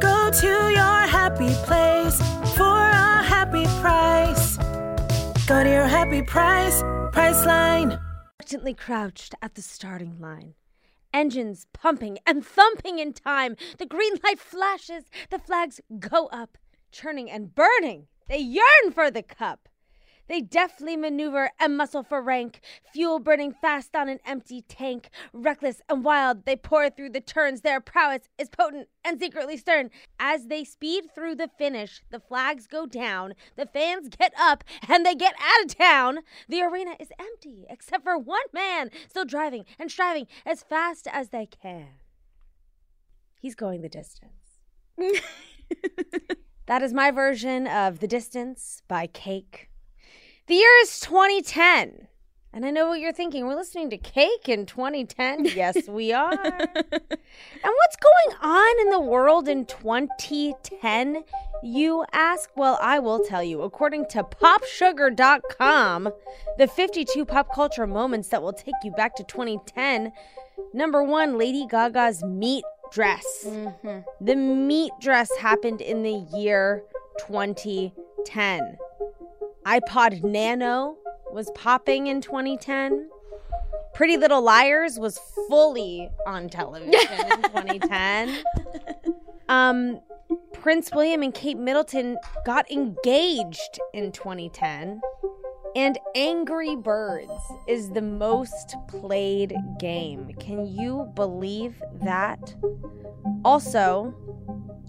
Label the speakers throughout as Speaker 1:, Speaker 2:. Speaker 1: Go to your happy place for a happy price. Go to your happy price, Priceline.
Speaker 2: reluctantly crouched at the starting line. Engines pumping and thumping in time. The green light flashes. The flags go up, churning and burning. They yearn for the cup. They deftly maneuver and muscle for rank, fuel burning fast on an empty tank. Reckless and wild, they pour through the turns. Their prowess is potent and secretly stern. As they speed through the finish, the flags go down, the fans get up, and they get out of town. The arena is empty except for one man still driving and striving as fast as they can. He's going the distance. that is my version of The Distance by Cake. The year is 2010. And I know what you're thinking. We're listening to Cake in 2010. Yes, we are. and what's going on in the world in 2010, you ask? Well, I will tell you. According to popsugar.com, the 52 pop culture moments that will take you back to 2010, number one, Lady Gaga's meat dress. The meat dress happened in the year 2010 iPod Nano was popping in 2010. Pretty Little Liars was fully on television in 2010. Um, Prince William and Kate Middleton got engaged in 2010. And Angry Birds is the most played game. Can you believe that? Also,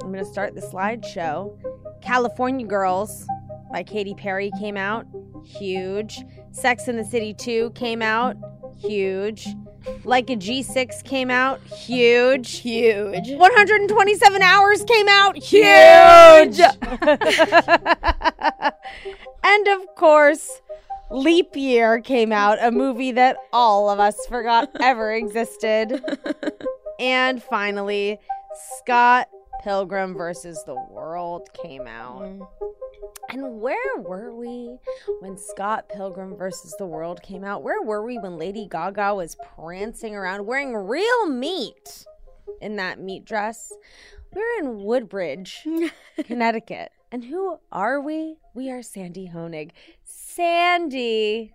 Speaker 2: I'm going to start the slideshow. California Girls by Katy Perry came out, huge. Sex in the City 2 came out, huge. Like a G6 came out, huge. Huge. 127 Hours came out, huge. and of course, Leap Year came out, a movie that all of us forgot ever existed. and finally, Scott Pilgrim versus the World came out.
Speaker 3: Mm.
Speaker 2: And where were we when Scott Pilgrim versus the World came out? Where were we when Lady Gaga was prancing around wearing real meat in that meat dress? We were in Woodbridge, Connecticut. And who are we? We are Sandy Honig. Sandy.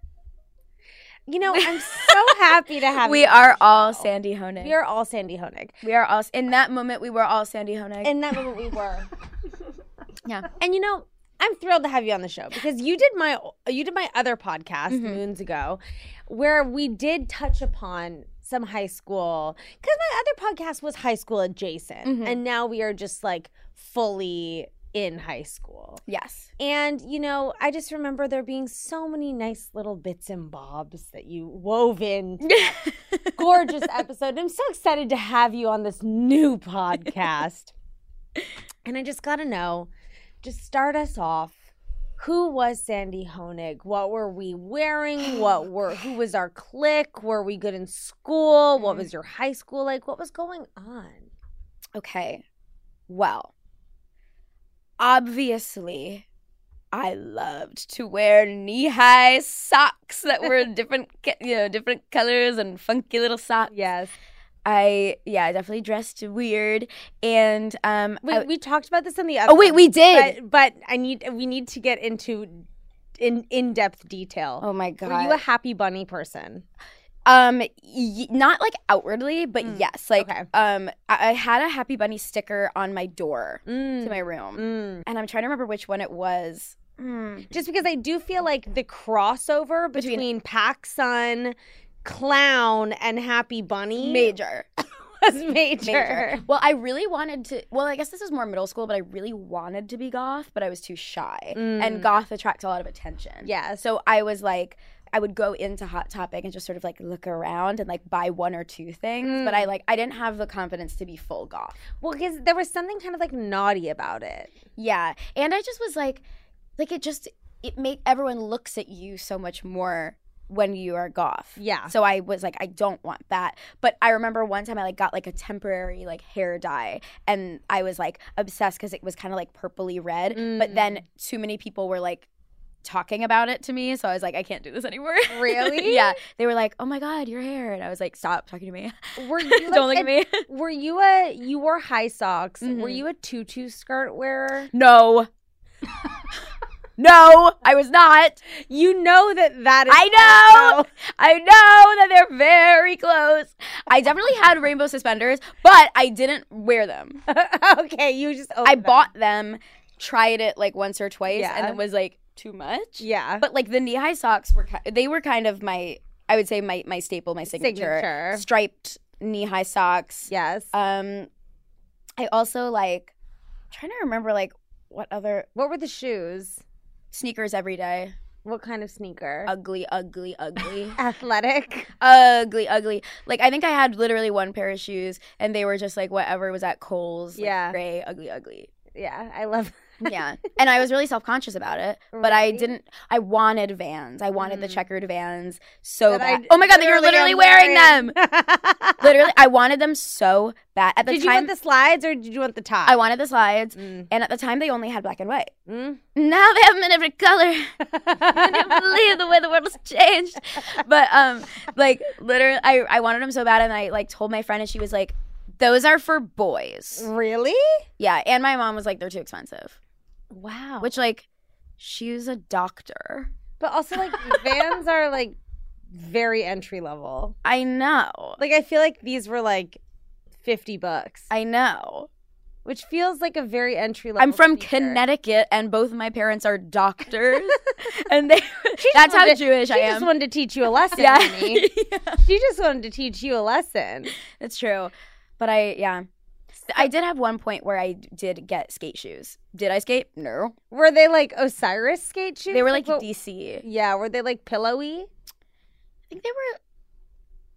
Speaker 2: You know, I'm so happy to have
Speaker 3: We
Speaker 2: you.
Speaker 3: are all Sandy Honig.
Speaker 2: We are all Sandy Honig.
Speaker 3: We are all in that moment. We were all Sandy Honig.
Speaker 2: In that moment, we were.
Speaker 3: yeah,
Speaker 2: And you know, I'm thrilled to have you on the show because you did my you did my other podcast moons ago, where we did touch upon some high school because my other podcast was high school adjacent, and now we are just like fully in high school.
Speaker 3: yes,
Speaker 2: And you know, I just remember there being so many nice little bits and bobs that you wove in. to that Gorgeous episode. I'm so excited to have you on this new podcast. and I just got to know, just start us off. Who was Sandy Honig? What were we
Speaker 3: Oh,
Speaker 2: wearing? What were who was our clique? Were we good in school? What
Speaker 3: Mm.
Speaker 2: was your high school like? What was going on?
Speaker 3: Okay. Well, obviously, I loved to wear knee-high socks that were different, ca- you know, different colors and funky little socks.
Speaker 2: Yes.
Speaker 3: I yeah, I definitely dressed weird and um.
Speaker 2: We,
Speaker 3: I-
Speaker 2: we talked about this in the other
Speaker 3: oh wait, we did.
Speaker 2: but, but I need we need to get into in in depth detail.
Speaker 3: oh my god.
Speaker 2: Were you a happy bunny person?
Speaker 3: Um, y- not like outwardly, but
Speaker 2: Mm,
Speaker 3: yes, like
Speaker 2: okay.
Speaker 3: um, I-, I had a Happy Bunny sticker on my door to
Speaker 2: Mm.
Speaker 3: my room,
Speaker 2: Mm.
Speaker 3: and I'm trying to remember which one it was. Mm.
Speaker 2: Just because I do feel like the crossover between,
Speaker 3: Between-
Speaker 2: PacSun, Clown, and Happy Bunny
Speaker 3: Major,
Speaker 2: was major.
Speaker 3: major. Well, I really wanted to. Well, I guess this is more middle school, but I really wanted to be goth, but I was too shy,
Speaker 2: Mm.
Speaker 3: and goth attracts a lot of attention.
Speaker 2: Yeah. So
Speaker 3: So I was like, I would go into Hot Topic and just sort of like look around and like buy one or two things, but I like I didn't have the confidence to be full goth.
Speaker 2: well, because there was something kind of like naughty about it.
Speaker 3: Yeah. And I just was like, like it just it make everyone looks at you so much more when you are goth.
Speaker 2: Yeah.
Speaker 3: So I was like, I don't want that. But I remember one time I like got like a temporary like hair dye, and I was like obsessed because it was kind of like purpley red. But then
Speaker 2: Mm.
Speaker 3: too many people were like talking about it to me, so I was like, I can't do this anymore.
Speaker 2: Really?
Speaker 3: yeah. They were like, Oh my god, your hair, and I was like, Stop talking to me.
Speaker 2: Were you like,
Speaker 3: don't look
Speaker 2: a-
Speaker 3: at me.
Speaker 2: Were you a you wore high socks? Were
Speaker 3: Mhm.
Speaker 2: you a tutu skirt wearer?
Speaker 3: No. no, I was not.
Speaker 2: You know that that is
Speaker 3: I know. I know that they're very close. I definitely had rainbow suspenders, but I didn't wear them.
Speaker 2: know. okay, you just
Speaker 3: I
Speaker 2: owned them.
Speaker 3: bought them, tried it like once or twice, and
Speaker 2: Yeah.
Speaker 3: it was like too much.
Speaker 2: yeah
Speaker 3: But like the knee high socks were ki- they were kind of my I would say my my staple, my signature,
Speaker 2: Signature.
Speaker 3: striped knee high socks.
Speaker 2: yes.
Speaker 3: Um, I also like I'm trying to remember like what other
Speaker 2: what were the shoes?
Speaker 3: sneakers every day.
Speaker 2: What kind of sneaker?
Speaker 3: Ugly, ugly, ugly.
Speaker 2: Athletic.
Speaker 3: ugly, ugly. Like I think I had literally one pair of shoes, and they were just like whatever was at Kohl's. like,
Speaker 2: Yeah.
Speaker 3: gray, ugly, ugly.
Speaker 2: Yeah, I love.
Speaker 3: Yeah, and I was really self conscious about it, but I
Speaker 2: Right.
Speaker 3: didn't. I wanted Vans. I wanted the
Speaker 2: Mm.
Speaker 3: checkered Vans so
Speaker 2: that
Speaker 3: bad.
Speaker 2: I
Speaker 3: oh my god, that you're literally
Speaker 2: am
Speaker 3: wearing them.
Speaker 2: them.
Speaker 3: literally, I wanted them so bad. At the
Speaker 2: did you
Speaker 3: time,
Speaker 2: want the slides or did you want the top?
Speaker 3: I wanted the slides,
Speaker 2: Mm.
Speaker 3: and at the time they only had black and white.
Speaker 2: Mm.
Speaker 3: Now they have them in every color. I can't believe the way the world has changed. But um, like literally, I I wanted them so bad, and I like told my friend, and she was like, "Those are for boys."
Speaker 2: really?
Speaker 3: Yeah, and my mom was like, "They're too expensive,"
Speaker 2: Wow.
Speaker 3: which like, she's a doctor.
Speaker 2: but also like Vans are like very entry level.
Speaker 3: I know,
Speaker 2: Like I feel like these were like fifty bucks,
Speaker 3: I know.
Speaker 2: which feels like a very entry level.
Speaker 3: I'm from
Speaker 2: sneaker.
Speaker 3: Connecticut, and both of my parents are doctors, and they. that's how
Speaker 2: wanted-
Speaker 3: Jewish
Speaker 2: She
Speaker 3: I
Speaker 2: just
Speaker 3: am.
Speaker 2: wanted to teach you a lesson,
Speaker 3: Yeah.
Speaker 2: honey.
Speaker 3: yeah,
Speaker 2: She just wanted to teach you a lesson.
Speaker 3: it's true. But I, yeah, I did have one point where I did get skate shoes. Did I skate? No.
Speaker 2: Were they like Osiris skate shoes?
Speaker 3: They were like
Speaker 2: what-
Speaker 3: DC. I
Speaker 2: yeah. Were they like pillowy?
Speaker 3: think they were.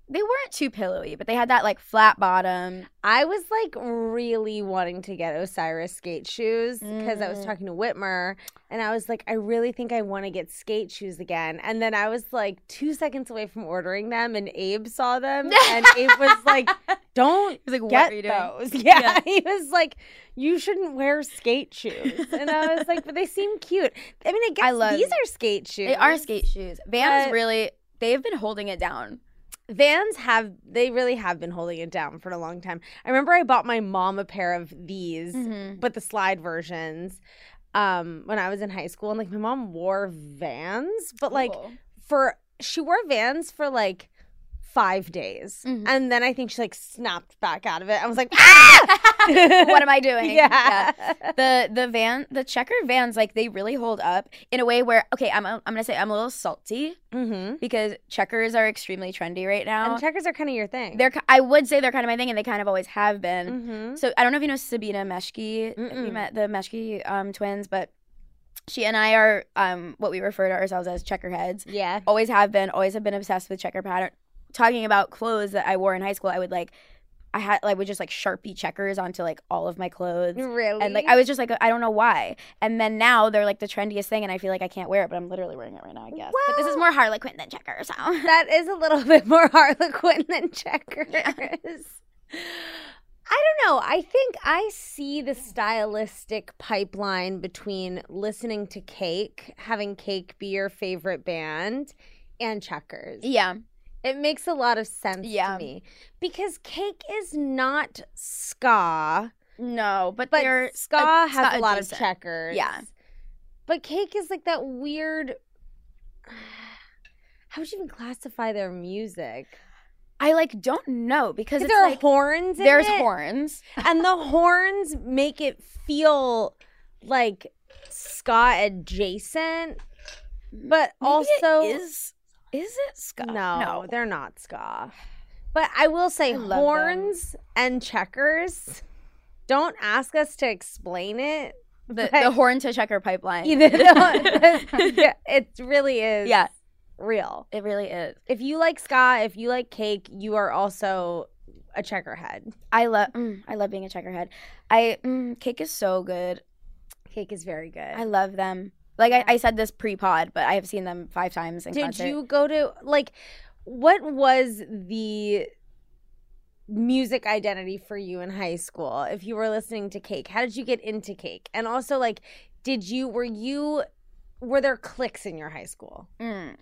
Speaker 3: They weren't too pillowy, but they had that like flat bottom.
Speaker 2: I was like really wanting to get Osiris skate shoes because I was
Speaker 3: Mm.
Speaker 2: talking to Whitmer and I was like, I really think I want to get skate shoes again. And then I was like two seconds away from ordering them and Abe saw them and Abe was like, Don't
Speaker 3: He's like, "What
Speaker 2: get
Speaker 3: are you doing?"
Speaker 2: those. Yeah. He was like, You shouldn't wear skate shoes. And I was like, But they seem cute. I mean, I guess
Speaker 3: love-
Speaker 2: these are skate shoes.
Speaker 3: They are skate shoes. Vans
Speaker 2: But-
Speaker 3: really. They've been holding it down.
Speaker 2: Vans have they really have been holding it down for a long time. I remember I bought my mom a pair of these
Speaker 3: Mm-hmm.
Speaker 2: but the slide versions um when i was in high school and like my mom wore vans but like for she wore vans for like five days
Speaker 3: Mhm.
Speaker 2: and then i think she like snapped back out of it i was like ah!
Speaker 3: what am I doing?
Speaker 2: yeah,
Speaker 3: The the van the checker vans like they really hold up in a way where okay I'm I'm gonna say I'm a little salty
Speaker 2: Mm-hmm.
Speaker 3: because checkers are extremely trendy right now.
Speaker 2: and checkers are kind of your thing
Speaker 3: they're ki- I would say they're kind of my thing and they kind of always have been.
Speaker 2: mm-hmm.
Speaker 3: So I don't know if you know Sabina Meshki, if you
Speaker 2: Mm-mm.
Speaker 3: met the Meshki um, twins, but she and I are um, what we refer to ourselves as checkerheads.
Speaker 2: yeah
Speaker 3: Always have been. Always have been obsessed with checker pattern. Talking about clothes that I wore in high school, I would like, I had I would just like sharpie checkers onto like all of my clothes.
Speaker 2: really
Speaker 3: And like I was just like I don't know why, and then now they're like the trendiest thing, and I feel like I can't wear it, but I'm literally wearing it right now. I guess. but this is
Speaker 2: Well-
Speaker 3: more Harlequin than checker, so
Speaker 2: that is a little bit more harlequin than checkers i don't know i think i see the stylistic pipeline between listening to cake having cake be your favorite band and checkers
Speaker 3: yeah,
Speaker 2: it makes a lot of sense
Speaker 3: Yeah.
Speaker 2: to me because cake is not ska
Speaker 3: no, but,
Speaker 2: but
Speaker 3: they're
Speaker 2: ska
Speaker 3: uh,
Speaker 2: has a lot
Speaker 3: adjacent.
Speaker 2: of checkers
Speaker 3: Yeah.
Speaker 2: but cake is like that weird how would you even classify their music
Speaker 3: I like don't know
Speaker 2: Because
Speaker 3: because it's
Speaker 2: there are
Speaker 3: like,
Speaker 2: horns. In
Speaker 3: there's
Speaker 2: it,
Speaker 3: horns.
Speaker 2: and the horns make it feel like ska adjacent, but also
Speaker 3: Maybe Mm, it is is it ska?
Speaker 2: no,
Speaker 3: no.
Speaker 2: they're not ska. But I will say,
Speaker 3: I love them.
Speaker 2: horns and checkers. Don't ask us to explain it.
Speaker 3: The,
Speaker 2: but
Speaker 3: the horn to checker pipeline.
Speaker 2: either yeah, it really is.
Speaker 3: yeah,
Speaker 2: real.
Speaker 3: it really is.
Speaker 2: If you like ska, if you like cake, you are also a checkerhead.
Speaker 3: I love mm, I love being a checkerhead. I mm, cake is so good.
Speaker 2: Cake is very good.
Speaker 3: I love them. Like I, I said this pre-pod, but I have seen them five times in
Speaker 2: Did
Speaker 3: concert.
Speaker 2: you go to like what was the music identity for you in high school? If you were listening to Cake, how did you get into Cake? And also like did you were you were there cliques in your high school?
Speaker 3: Mm.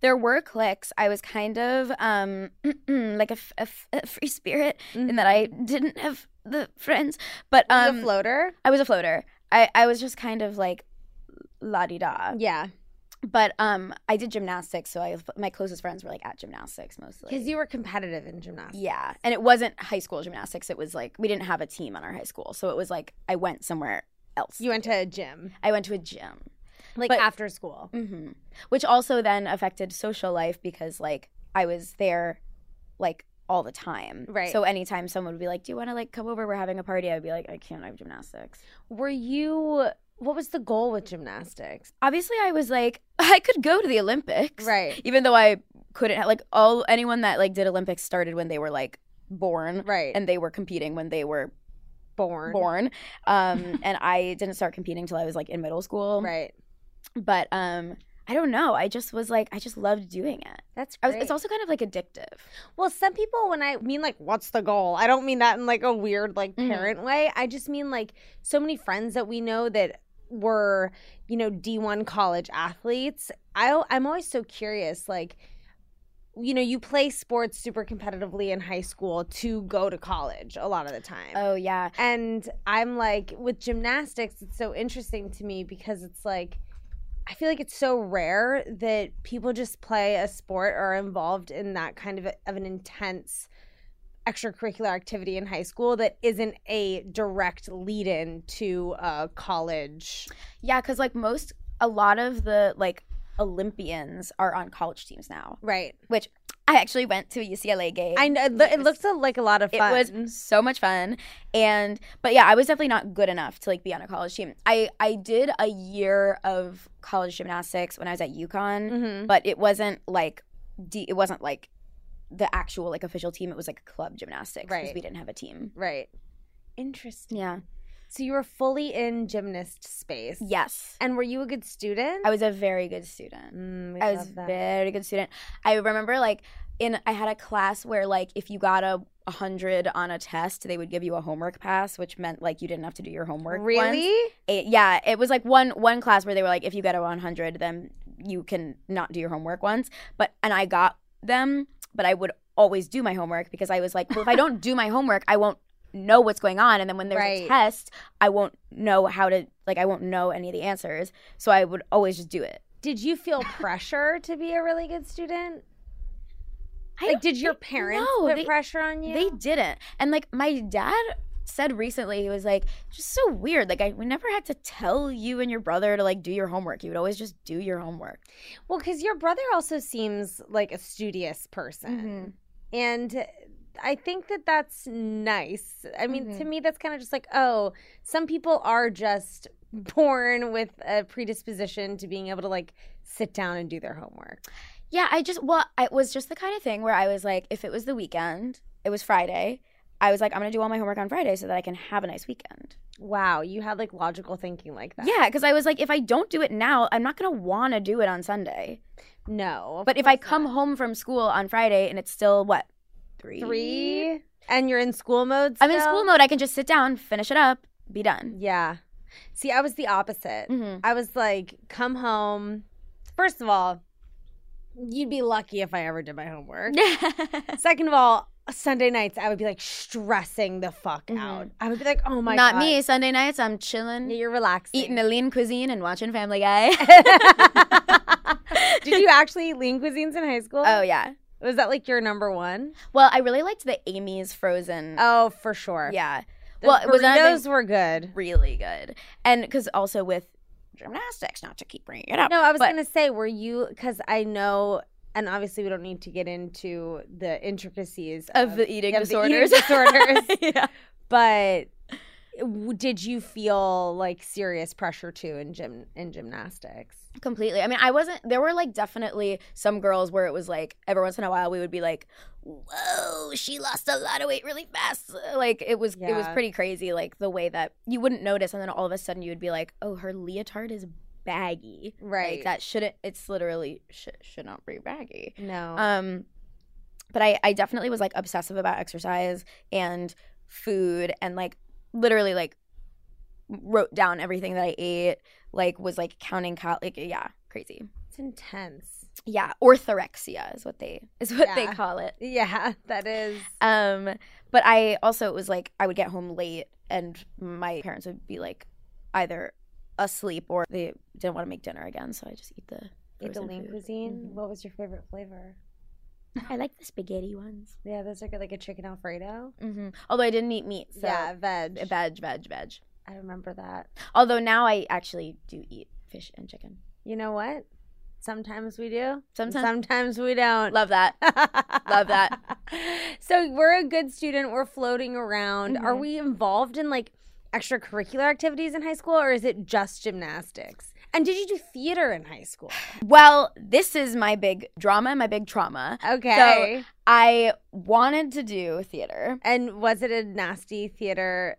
Speaker 3: There were clicks. I was kind of um, like a, f- a f- a free spirit in that I
Speaker 2: Mm-hmm.
Speaker 3: didn't have the friends, but
Speaker 2: The
Speaker 3: um,
Speaker 2: floater?
Speaker 3: I was a floater. I, I was just kind of like la di da.
Speaker 2: Yeah.
Speaker 3: But um, I did gymnastics, so I my closest friends were like at gymnastics mostly.
Speaker 2: Because you were competitive in gymnastics.
Speaker 3: Yeah, and it wasn't high school gymnastics. It was like we didn't have a team on our high school, so it was like I went somewhere else.
Speaker 2: You went to a gym.
Speaker 3: I went to a gym.
Speaker 2: Like
Speaker 3: But-
Speaker 2: after school.
Speaker 3: hmm Which also then affected social life because like I was there like all the time.
Speaker 2: Right.
Speaker 3: So anytime someone would be like, Do you wanna like come over? We're having a party, I'd be like, I can't I have gymnastics.
Speaker 2: Were you what was the goal with gymnastics?
Speaker 3: Obviously I was like, I could go to the Olympics.
Speaker 2: Right.
Speaker 3: Even though I couldn't like all anyone that like did Olympics started when they were like born.
Speaker 2: Right.
Speaker 3: And they were competing when they were
Speaker 2: born.
Speaker 3: born. Um and I didn't start competing till I was like in middle school.
Speaker 2: Right.
Speaker 3: But um I don't know. I just was like I just loved doing it.
Speaker 2: That's
Speaker 3: I
Speaker 2: great.
Speaker 3: was, it's also kind of like addictive.
Speaker 2: Well, some people, when I mean like, what's the goal? I don't mean that in like a weird, like
Speaker 3: Mhm.
Speaker 2: parent way. I just mean like so many friends that we know that were, you know, D1 college athletes. I, I'm always so curious, like, you know, you play sports super competitively in high school to go to college a lot of the time.
Speaker 3: Oh yeah.
Speaker 2: And I'm like, with gymnastics, it's so interesting to me because it's like, I feel like it's so rare that people just play a sport or are involved in that kind of, a, of an intense extracurricular activity in high school that isn't a direct lead in to a college.
Speaker 3: Yeah, cuz like most a lot of the like Olympians are on college teams now,
Speaker 2: Right.
Speaker 3: which I actually went to a UCLA game.
Speaker 2: I know it loo- it looks a- like a lot of
Speaker 3: it
Speaker 2: fun.
Speaker 3: was so much fun. And but yeah, I was definitely not good enough to like be on a college team. I I did a year of college gymnastics when I was at UConn,
Speaker 2: Mhm.
Speaker 3: but it wasn't like de- it wasn't like the actual like official team. It was like club gymnastics because
Speaker 2: Right.
Speaker 3: we didn't have a team.
Speaker 2: Right. Interesting.
Speaker 3: Yeah.
Speaker 2: So you were fully in gymnast space.
Speaker 3: Yes.
Speaker 2: And were you a good student?
Speaker 3: I was a very good student.
Speaker 2: Mm, we
Speaker 3: I was
Speaker 2: love that.
Speaker 3: very good student. I remember like in I had a class where like if you got a 100 on a test, they would give you a homework pass, which meant like you didn't have to do your homework. once.
Speaker 2: Really?
Speaker 3: It- yeah, it was like one one class where they were like if you get a 100, then you can not do your homework once. But and I got them, but I would always do my homework because I was like, well, if I don't do my homework, I won't know what's going on and then when there's
Speaker 2: Right.
Speaker 3: a test, I won't know how to like I won't know any of the answers. So I would always just do it.
Speaker 2: Did you feel pressure to be a really good student?
Speaker 3: I
Speaker 2: Like,
Speaker 3: don't
Speaker 2: did your
Speaker 3: think-
Speaker 2: parents
Speaker 3: no,
Speaker 2: put
Speaker 3: they-
Speaker 2: pressure on you?
Speaker 3: They didn't. And like my dad said recently, he was like, just so weird. Like I we never had to tell you and your brother to like do your homework. You would always just do your homework.
Speaker 2: well, because your brother also seems like a studious
Speaker 3: Mm-hmm.
Speaker 2: person, and I think that that's nice. I mean, to
Speaker 3: Mm-hmm.
Speaker 2: me, that's kind of just like, oh, some people are just born with a predisposition to being able to like sit down and do their homework.
Speaker 3: Yeah, I just well, it was just the kind of thing where I was like, if it was the weekend, it was Friday. I was like, I'm gonna do all my homework on Friday so that I can have a nice weekend.
Speaker 2: Wow, you had like logical thinking like that.
Speaker 3: Yeah, because I was like, if I don't do it now, I'm not gonna wanna do it on Sunday.
Speaker 2: No,
Speaker 3: But if I come home from school on Friday and it's still what three
Speaker 2: three and you're in school mode,
Speaker 3: I'm in
Speaker 2: still?
Speaker 3: school mode. I can just sit down, finish it up, be done.
Speaker 2: Yeah. See, I was the opposite.
Speaker 3: Mm-hmm.
Speaker 2: I was like, come home. First of all, you'd be lucky if I ever did my homework. Second of all, Sunday nights, I would be like stressing the fuck out. I would be like, oh my
Speaker 3: Mm-hmm. Not
Speaker 2: God.
Speaker 3: me. Sunday nights, I'm chilling,
Speaker 2: Yeah, You're relaxing.
Speaker 3: eating a lean cuisine and watching Family Guy.
Speaker 2: Did you actually eat lean cuisines in high school?
Speaker 3: oh yeah.
Speaker 2: Was that like your number one?
Speaker 3: Well, I really liked the Amy's frozen.
Speaker 2: Oh, for sure.
Speaker 3: yeah.
Speaker 2: Those
Speaker 3: well, it was another
Speaker 2: burritos
Speaker 3: thing-
Speaker 2: were good.
Speaker 3: really good, and because also with gymnastics, not to keep bringing it up.
Speaker 2: No, I was
Speaker 3: but-
Speaker 2: gonna say, were you? Because I know, and obviously we don't need to get into the intricacies
Speaker 3: of the eating
Speaker 2: of the eating
Speaker 3: disorders.
Speaker 2: disorders.
Speaker 3: yeah.
Speaker 2: but w- did you feel like serious pressure too in gym in gymnastics?
Speaker 3: Completely. I mean, I wasn't. There were like definitely some girls where it was like every once in a while we would be like, "Whoa, she lost a lot of weight really fast." Like it was, it was
Speaker 2: Yeah.
Speaker 3: pretty crazy. Like the way that you wouldn't notice, and then all of a sudden you would be like, "Oh, her leotard is baggy.
Speaker 2: Right.
Speaker 3: Like that shouldn't. It's literally should should not be baggy.
Speaker 2: no.
Speaker 3: Um, but I I definitely was like obsessive about exercise and food and like literally like wrote down everything that I ate. Like was like counting cal like yeah crazy
Speaker 2: it's intense.
Speaker 3: yeah orthorexia is what they is what they
Speaker 2: Yeah.
Speaker 3: call it.
Speaker 2: Yeah, that is.
Speaker 3: Um, but I also it was like I would get home late, and my parents would be like either asleep or they didn't want to make dinner again, so I just eat the
Speaker 2: Eat the
Speaker 3: frozen
Speaker 2: lean
Speaker 3: food. Mm-hmm.
Speaker 2: cuisine.
Speaker 3: Mhm.
Speaker 2: What was your favorite flavor?
Speaker 3: I like the spaghetti ones.
Speaker 2: Yeah, those are good, like a chicken alfredo.
Speaker 3: hmm Although I didn't eat meat, so
Speaker 2: yeah, veg.
Speaker 3: veg, veg, veg.
Speaker 2: I remember that.
Speaker 3: Although now I actually do eat fish and chicken.
Speaker 2: You know what? Sometimes we do. and
Speaker 3: Sometimes-
Speaker 2: Sometimes we don't.
Speaker 3: Love that. Love that.
Speaker 2: So we're a good student. We're floating around. Are
Speaker 3: Mhm.
Speaker 2: we involved in like extracurricular activities in high school, or is it just gymnastics? And did you do theater in high school?
Speaker 3: Well, this is my big drama, my big trauma.
Speaker 2: Okay.
Speaker 3: I wanted to do theater.
Speaker 2: and was it a nasty theater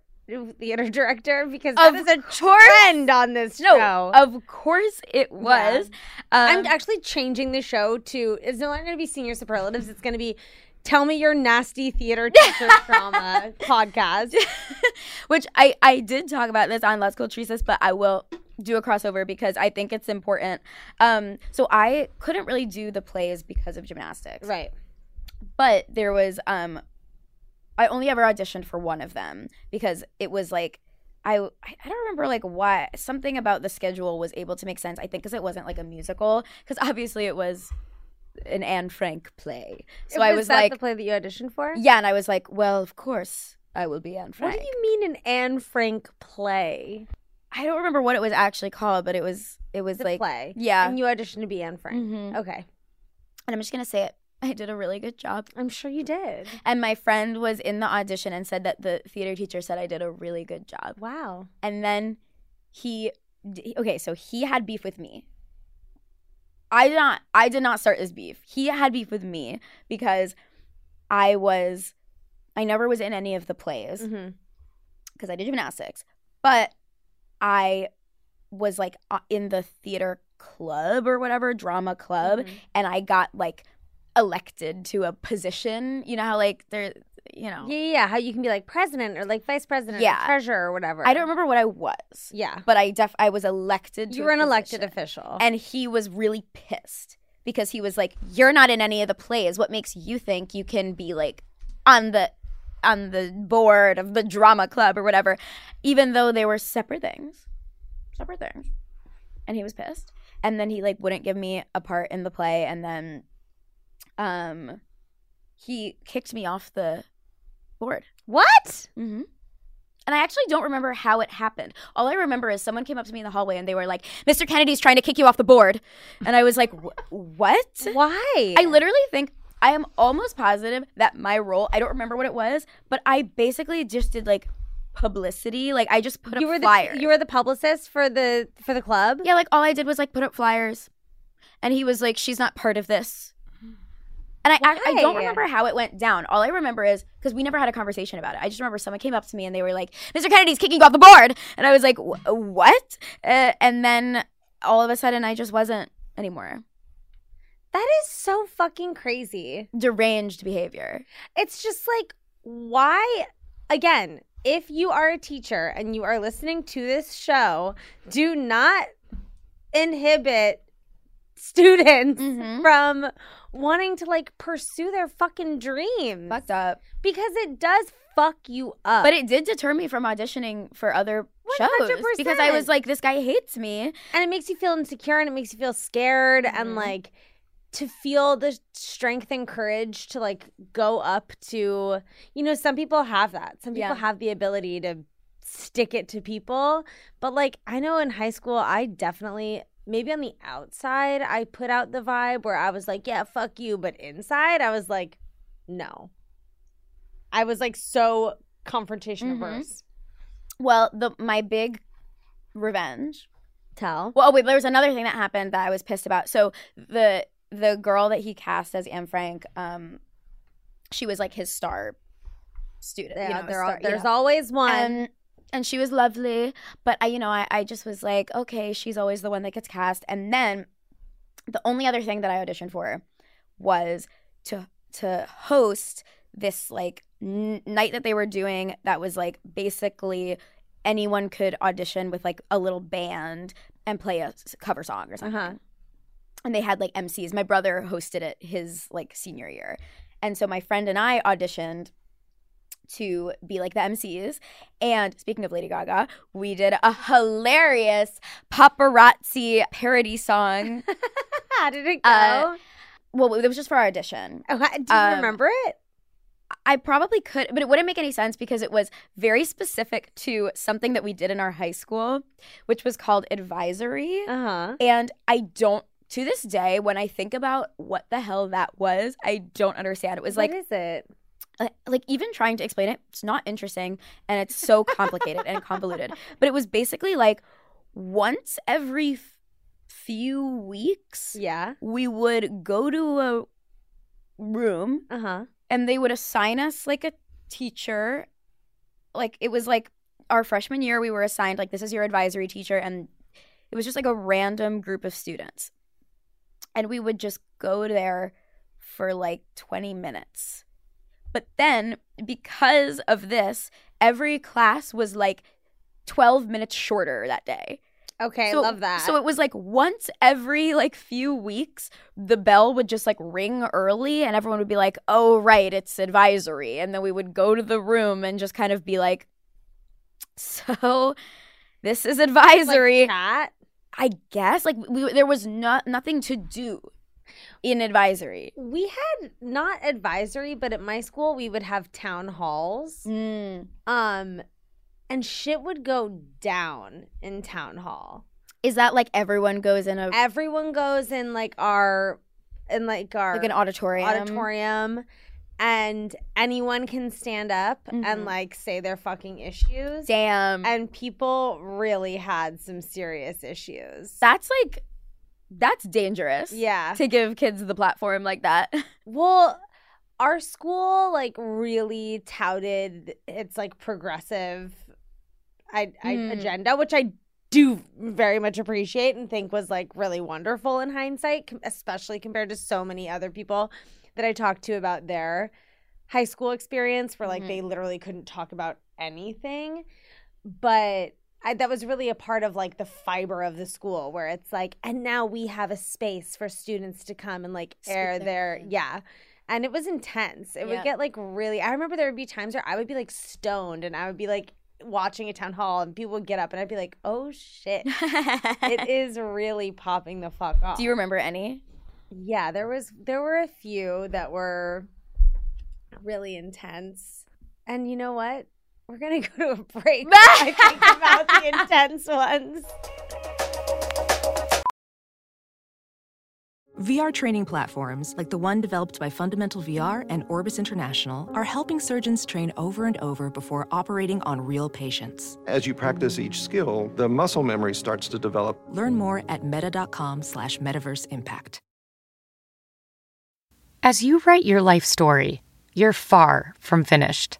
Speaker 2: theater director? Because that
Speaker 3: Of
Speaker 2: is a trend on this show.
Speaker 3: No, of course it was. Um,
Speaker 2: I'm actually changing the show to it's no longer going to be senior superlatives. It's going to be tell me your nasty theater teacher trauma podcast.
Speaker 3: which I, I did talk about this on Let's Go Treasus, but I will do a crossover because I think it's important. Um, so I couldn't really do the plays because of gymnastics,
Speaker 2: Right.
Speaker 3: but there was um, I only ever auditioned for one of them because it was like. I, I I don't remember like why something about the schedule was able to make sense. I think because it wasn't like a musical because obviously it was an Anne Frank play. So I was
Speaker 2: that
Speaker 3: like,
Speaker 2: the play that you auditioned for.
Speaker 3: yeah, and I was like, well, of course I will be Anne
Speaker 2: What
Speaker 3: Frank.
Speaker 2: do you mean an Anne Frank play?
Speaker 3: I don't remember what it was actually called, but it was it was
Speaker 2: The
Speaker 3: like
Speaker 2: play.
Speaker 3: yeah.
Speaker 2: And you auditioned to be Anne Frank.
Speaker 3: Mhm.
Speaker 2: Okay.
Speaker 3: And I'm just gonna say it. I did a really good job.
Speaker 2: I'm sure you did.
Speaker 3: And my friend was in the audition and said that the theater teacher said I did a really good job.
Speaker 2: Wow.
Speaker 3: And then he d- okay, so he had beef with me. I did not I did not start this beef. He had beef with me because I was I never was in any of the plays.
Speaker 2: Mhm.
Speaker 3: because I did gymnastics, but I was like uh, in the theater club or whatever, drama club,
Speaker 2: Mhm.
Speaker 3: and I got like elected to a position. You know how like there, you know,
Speaker 2: Yeah, yeah, yeah. How you can be like president or like vice president,
Speaker 3: Yeah.
Speaker 2: or treasurer or whatever.
Speaker 3: I don't remember what I was,
Speaker 2: Yeah.
Speaker 3: but I def I was elected. To
Speaker 2: You
Speaker 3: a
Speaker 2: were an elected
Speaker 3: position.
Speaker 2: official.
Speaker 3: and he was really pissed because he was like, "You're not in any of the plays. What makes you think you can be like on the on the board of the drama club or whatever, even though they were separate things, separate things." And he was pissed, and then he like wouldn't give me a part in the play, and then um, he kicked me off the board.
Speaker 2: what?
Speaker 3: Mm-hmm. And I actually don't remember how it happened. All I remember is someone came up to me in the hallway and they were like, "Mr. Kennedy's trying to kick you off the board," and I was like, "Wh- "What?"
Speaker 2: Why?
Speaker 3: I literally think I am almost positive that my role—I don't remember what it was—but I basically just did like publicity. Like I just put up
Speaker 2: you were
Speaker 3: flyers.
Speaker 2: the you were the publicist for the for the club.
Speaker 3: yeah, like all I did was like put up flyers, and he was like, "She's not part of this." And I, I, I don't
Speaker 2: Why?
Speaker 3: remember how it went down. All I remember is because we never had a conversation about it. I just remember someone came up to me and they were like, "Mr. Kennedy's kicking you off the board," and I was like, "Wh- "What?" Uh, and then all of a sudden, I just wasn't anymore.
Speaker 2: That is so fucking crazy.
Speaker 3: Deranged behavior.
Speaker 2: It's just like why again, if you are a teacher and you are listening to this show, do not inhibit students
Speaker 3: Mhm.
Speaker 2: from wanting to like pursue their fucking dreams
Speaker 3: Fucked up.
Speaker 2: because it does fuck you up.
Speaker 3: But it did deter me from auditioning for other shows
Speaker 2: 100%.
Speaker 3: because I was like, "This guy hates me."
Speaker 2: and it makes you feel insecure and it makes you feel scared
Speaker 3: Mhm.
Speaker 2: and like to feel the strength and courage to like go up to you know some people have that some people
Speaker 3: Yeah.
Speaker 2: have the ability to stick it to people but like i know in high school i definitely maybe on the outside i put out the vibe where i was like yeah fuck you but inside i was like no i was like so confrontation
Speaker 3: Mm-hmm.
Speaker 2: averse
Speaker 3: Well, the my big revenge
Speaker 2: tell
Speaker 3: Well, oh, wait, there was another thing that happened that I was pissed about. So the the girl that he cast as Anne Frank, um, she was like his star student. you know,
Speaker 2: yeah, there
Speaker 3: star-
Speaker 2: are,
Speaker 3: you
Speaker 2: there's
Speaker 3: know.
Speaker 2: always one
Speaker 3: Um, and she was lovely. But I, you know, I, I just was like, okay, she's always the one that gets cast. And then the only other thing that I auditioned for was to to host this like n- night that they were doing that was like basically anyone could audition with like a little band and play a s- cover song or something.
Speaker 2: Uh-huh.
Speaker 3: And they had like MCs. My brother hosted it his like senior year. And so my friend and I auditioned to be like the MCs. And speaking of Lady Gaga, we did a hilarious paparazzi parody song.
Speaker 2: How did it go?
Speaker 3: Uh, well, it was just for our audition.
Speaker 2: oh, I- do you
Speaker 3: um,
Speaker 2: remember it?
Speaker 3: I probably could, but it wouldn't make any sense because it was very specific to something that we did in our high school, which was called advisory.
Speaker 2: Uh huh.
Speaker 3: And I don't, to this day, when I think about what the hell that was, I don't understand. It was like,
Speaker 2: what is it?
Speaker 3: uh, like even trying to explain it, it's not interesting and it's so complicated and convoluted. But it was basically like once every f- few weeks,
Speaker 2: Yeah.
Speaker 3: we would go to a room
Speaker 2: Uh huh.
Speaker 3: and they would assign us like a teacher. Like it was like our freshman year, we were assigned like this is your advisory teacher, and it was just like a random group of students, and we would just go there for like twenty minutes. But then because of this, every class was like twelve minutes shorter that day.
Speaker 2: Okay,
Speaker 3: So-
Speaker 2: love that.
Speaker 3: So it was like once every like few weeks, the bell would just like ring early, and everyone would be like, "Oh right, it's advisory," and then we would go to the room and just kind of be like, "So." This is advisory,
Speaker 2: Like chat.
Speaker 3: I guess. Like we, there was not nothing to do in advisory.
Speaker 2: We had not advisory, but at my school we would have town halls.
Speaker 3: Mm.
Speaker 2: Um, and shit would go down in town hall.
Speaker 3: Is that like everyone goes in a
Speaker 2: Everyone goes in like our, in like our
Speaker 3: like an auditorium?
Speaker 2: auditorium and anyone can stand up and
Speaker 3: Mhm.
Speaker 2: like say their fucking issues
Speaker 3: Damn,
Speaker 2: and people really had some serious issues
Speaker 3: that's like that's dangerous.
Speaker 2: yeah
Speaker 3: to give kids the platform like that.
Speaker 2: well our school like really touted its like progressive I, I,
Speaker 3: Mm.
Speaker 2: agenda which i do very much appreciate and think was like really wonderful in hindsight com- especially compared to so many other people that i talked to about their high school experience where like
Speaker 3: Mhm.
Speaker 2: they literally couldn't talk about anything but I, that was really a part of like the fiber of the school where it's like and now we have a space for students to come and like
Speaker 3: Speak
Speaker 2: air
Speaker 3: their
Speaker 2: their
Speaker 3: mind.
Speaker 2: yeah and it was intense it would
Speaker 3: Yeah.
Speaker 2: get like really i remember there would be times where i would be like stoned and i would be like watching a town hall and people would get up and i'd be like oh shit it is really popping the fuck off
Speaker 3: Do you remember any?
Speaker 2: yeah there was there were a few that were really intense and you know what we're gonna go to a break while i think about the intense ones
Speaker 4: VR training platforms like the one developed by Fundamental VR and Orbis International are helping surgeons train over and over before operating on real patients.
Speaker 5: As you practice each skill, the muscle memory starts to develop.
Speaker 4: Learn more at meta.com slash metaverse impact.
Speaker 6: As you write your life story, you're far from finished.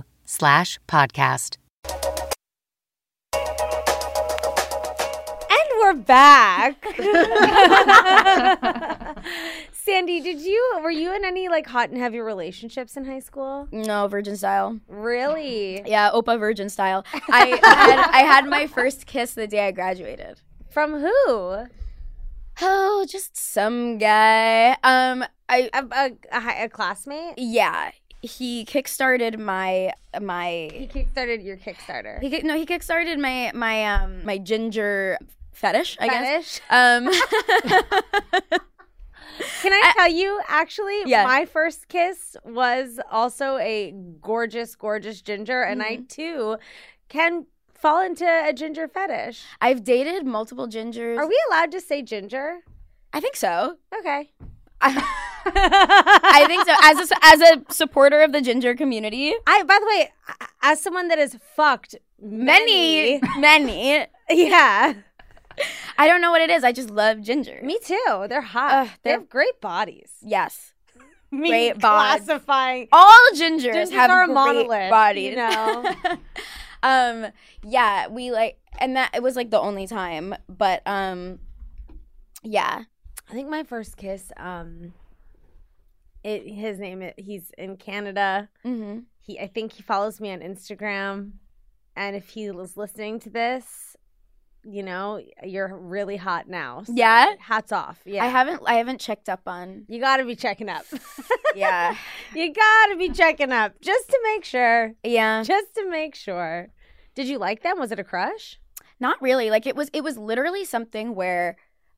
Speaker 6: E slash podcast.
Speaker 2: And we're back. Sandy, did you were you in any like hot and heavy relationships in high school?
Speaker 3: No, virgin style.
Speaker 2: Really?
Speaker 3: Yeah, Opa virgin style. I had I had my first kiss the day I graduated.
Speaker 2: From who?
Speaker 3: Oh, just some guy. Um, I
Speaker 2: A, a, a, hi- a classmate?
Speaker 3: yeah, he kickstarted my
Speaker 2: He
Speaker 3: my
Speaker 2: kickstarted your Kickstarter.
Speaker 3: he kick- no he kickstarted my my um my ginger fetish I guess.
Speaker 2: Fetish?
Speaker 3: Um,
Speaker 2: Can I tell you? Actually,
Speaker 3: Yeah.
Speaker 2: my first Mm-hmm. kiss was also a gorgeous, gorgeous ginger, and I too can fall into a ginger fetish.
Speaker 3: I've dated multiple gingers.
Speaker 2: Are we allowed to say ginger?
Speaker 3: I think so.
Speaker 2: Okay.
Speaker 3: I think so. As a, as a supporter of the ginger community,
Speaker 2: I by the way, a- as someone that has fucked many,
Speaker 3: many, many.
Speaker 2: yeah,
Speaker 3: I don't know what it is. I just love ginger.
Speaker 2: me too. They're hot.
Speaker 3: Ugh,
Speaker 2: they
Speaker 3: they're-
Speaker 2: have great bodies.
Speaker 3: Yes.
Speaker 2: Me
Speaker 3: Great bods.
Speaker 2: classifying.
Speaker 3: All gingers
Speaker 2: Gingers
Speaker 3: have
Speaker 2: are a
Speaker 3: great
Speaker 2: monolith,
Speaker 3: bodies.
Speaker 2: you know?
Speaker 3: um, yeah, we like, and that it was like the only time, but um, yeah.
Speaker 2: I think my first kiss. Um, it his name. i- He's in Canada.
Speaker 3: Mm-hmm.
Speaker 2: He I think he follows me on Instagram, and if he was listening to this, you know you're really hot now. So
Speaker 3: Yeah?
Speaker 2: hats off. Yeah,
Speaker 3: I haven't, I haven't checked up on.
Speaker 2: You gotta be checking up.
Speaker 3: Yeah,
Speaker 2: you gotta be checking up just to make sure.
Speaker 3: yeah.
Speaker 2: Just to make sure. Did you like them? Was it a crush?
Speaker 3: Not really. Like it was, it was literally something where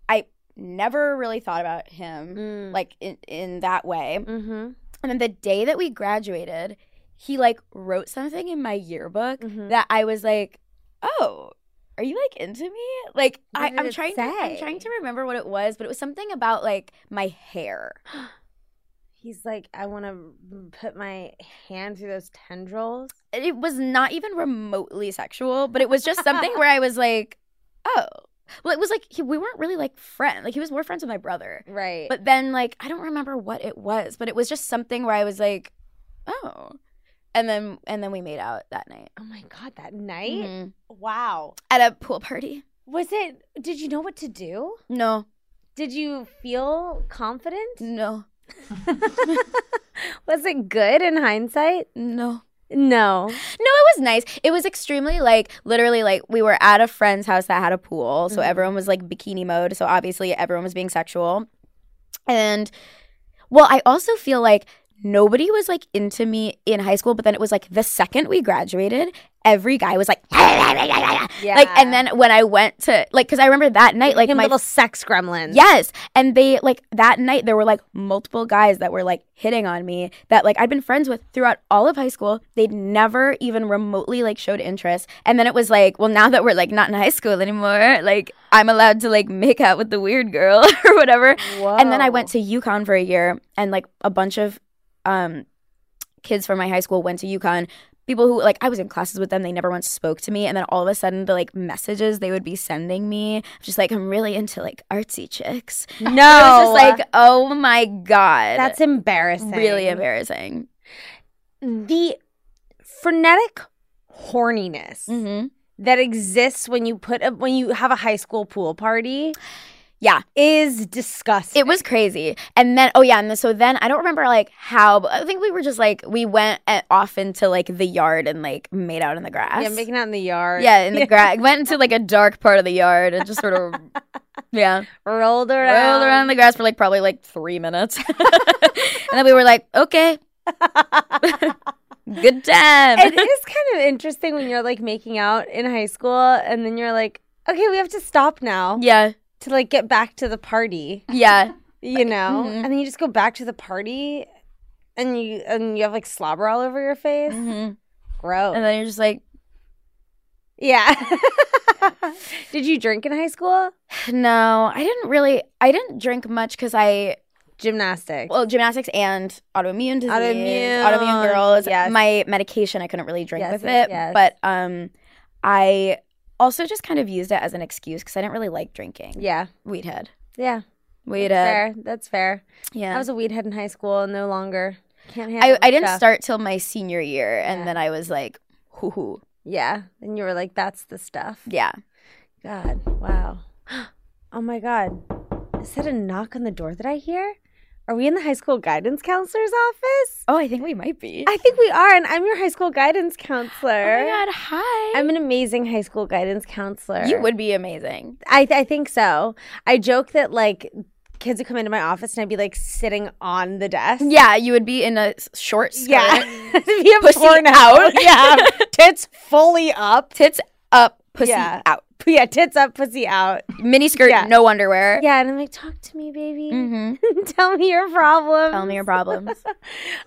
Speaker 3: I never really thought about him
Speaker 2: Mm.
Speaker 3: like in, in that way.
Speaker 2: Mm-hmm.
Speaker 3: And then the day that we graduated, he like wrote something in my yearbook
Speaker 2: Mhm.
Speaker 3: that I was like, "Oh, are you like into me?" Like
Speaker 2: What
Speaker 3: I,
Speaker 2: did
Speaker 3: I'm
Speaker 2: it
Speaker 3: trying, to, I'm
Speaker 2: say?
Speaker 3: trying to remember what it was, but it was something about like my hair.
Speaker 2: He's like, I want to put my hand through those tendrils.
Speaker 3: It was not even remotely sexual, but it was just something where I was like, "Oh." Well, it was like he, we weren't really like friends. Like he was more friends with my brother.
Speaker 2: Right. But
Speaker 3: But then like I don't remember what it was, but it was just something where I was like, "Oh." And then and then we made out that night.
Speaker 2: oh my god, that night.
Speaker 3: Mhm.
Speaker 2: Wow.
Speaker 3: At a pool party.
Speaker 2: Was it? Did you know what to do?
Speaker 3: No,
Speaker 2: Did you feel confident?
Speaker 3: no,
Speaker 2: Was it good in hindsight?
Speaker 3: no.
Speaker 2: No.
Speaker 3: No, it was nice. It was extremely like literally like we were at a friend's house that had a pool, so everyone was like bikini mode, so obviously everyone was being sexual. And well, I also feel like nobody was like into me in high school, but then it was like the second we graduated, every guy was like
Speaker 2: Yeah.
Speaker 3: like and then when I went to like cuz I remember that night like
Speaker 2: Him
Speaker 3: my
Speaker 2: little sex gremlin.
Speaker 3: Yes. And they like that night there were like multiple guys that were like hitting on me that like I'd been friends with throughout all of high school. They'd never even remotely like showed interest. And then it was like, well now that we're like not in high school anymore, like I'm allowed to like make out with the weird girl or whatever. And
Speaker 2: Oh.
Speaker 3: then I went to UConn for a year and like a bunch of um kids from my high school went to UConn. People who like I was in classes with them, they never once spoke to me, and then all of a sudden the like messages they would be sending me, just like I'm really into like artsy chicks.
Speaker 2: No.
Speaker 3: I was just like, oh my god,
Speaker 2: that's embarrassing.
Speaker 3: really embarrassing.
Speaker 2: the frenetic horniness
Speaker 3: Mm-hmm.
Speaker 2: that exists when you put a, when you have a high school pool party
Speaker 3: Yeah,
Speaker 2: is disgusting.
Speaker 3: it was crazy. And then oh yeah, and then, so then I don't remember like how, but I think we were just like we went uh off into like the yard and like made out in the grass.
Speaker 2: yeah, making out in the yard.
Speaker 3: Yeah, in the grass. Went into like a dark part of the yard and just sort of, yeah,
Speaker 2: rolled around.
Speaker 3: rolled around in the grass for like probably like three minutes, and then we were like, okay, good time.
Speaker 2: it is kind of interesting when you're like making out in high school, and then you're like, okay, we have to stop now
Speaker 3: yeah,
Speaker 2: to like get back to the party,
Speaker 3: yeah,
Speaker 2: you know,
Speaker 3: Mhm.
Speaker 2: and then you just go back to the party, and you and you have like slobber all over your face.
Speaker 3: hmm
Speaker 2: Gross.
Speaker 3: and then you're just like,
Speaker 2: yeah. Did you drink in high school?
Speaker 3: no, I didn't really, I didn't drink much because I
Speaker 2: Gymnastics.
Speaker 3: well gymnastics and autoimmune disease,
Speaker 2: Autoimmune,
Speaker 3: autoimmune girls.
Speaker 2: yes.
Speaker 3: My medication, I couldn't really drink
Speaker 2: Yes,
Speaker 3: with
Speaker 2: yes,
Speaker 3: it,
Speaker 2: yes.
Speaker 3: but um, I also just kind of used it as an excuse because I didn't really like drinking.
Speaker 2: yeah.
Speaker 3: Weed head.
Speaker 2: Yeah.
Speaker 3: Weed
Speaker 2: That's
Speaker 3: head.
Speaker 2: fair. That's fair.
Speaker 3: Yeah.
Speaker 2: I was a weed head in high school and no longer. Can't handle
Speaker 3: I, I
Speaker 2: the
Speaker 3: didn't
Speaker 2: stuff.
Speaker 3: start till my senior year, and
Speaker 2: Yeah.
Speaker 3: then I was like, hoo hoo.
Speaker 2: Yeah. And you were like, that's the stuff.
Speaker 3: Yeah.
Speaker 2: God. Wow. Oh my God. Is that a knock on the door that I hear? Are we in the high school guidance counselor's office?
Speaker 3: Oh, I think we might be.
Speaker 2: I think we are. And I'm your high school guidance counselor.
Speaker 3: oh my god! Hi.
Speaker 2: I'm an amazing high school guidance counselor.
Speaker 3: you would be amazing.
Speaker 2: I, I think so. I joke that like kids would come into my office and I'd be like sitting on the desk.
Speaker 3: Yeah, you would be in a s- short skirt.
Speaker 2: Yeah. Be a
Speaker 3: Pussy
Speaker 2: porn out. yeah. Tits fully up.
Speaker 3: Tits up, pussy
Speaker 2: Yeah.
Speaker 3: out,
Speaker 2: Yeah, tits up, pussy out.
Speaker 3: mini skirt,
Speaker 2: Yeah.
Speaker 3: no underwear.
Speaker 2: Yeah, and I'm like, talk to me, baby.
Speaker 3: Mm-hmm.
Speaker 2: Tell me your problem.
Speaker 3: Tell me your problems.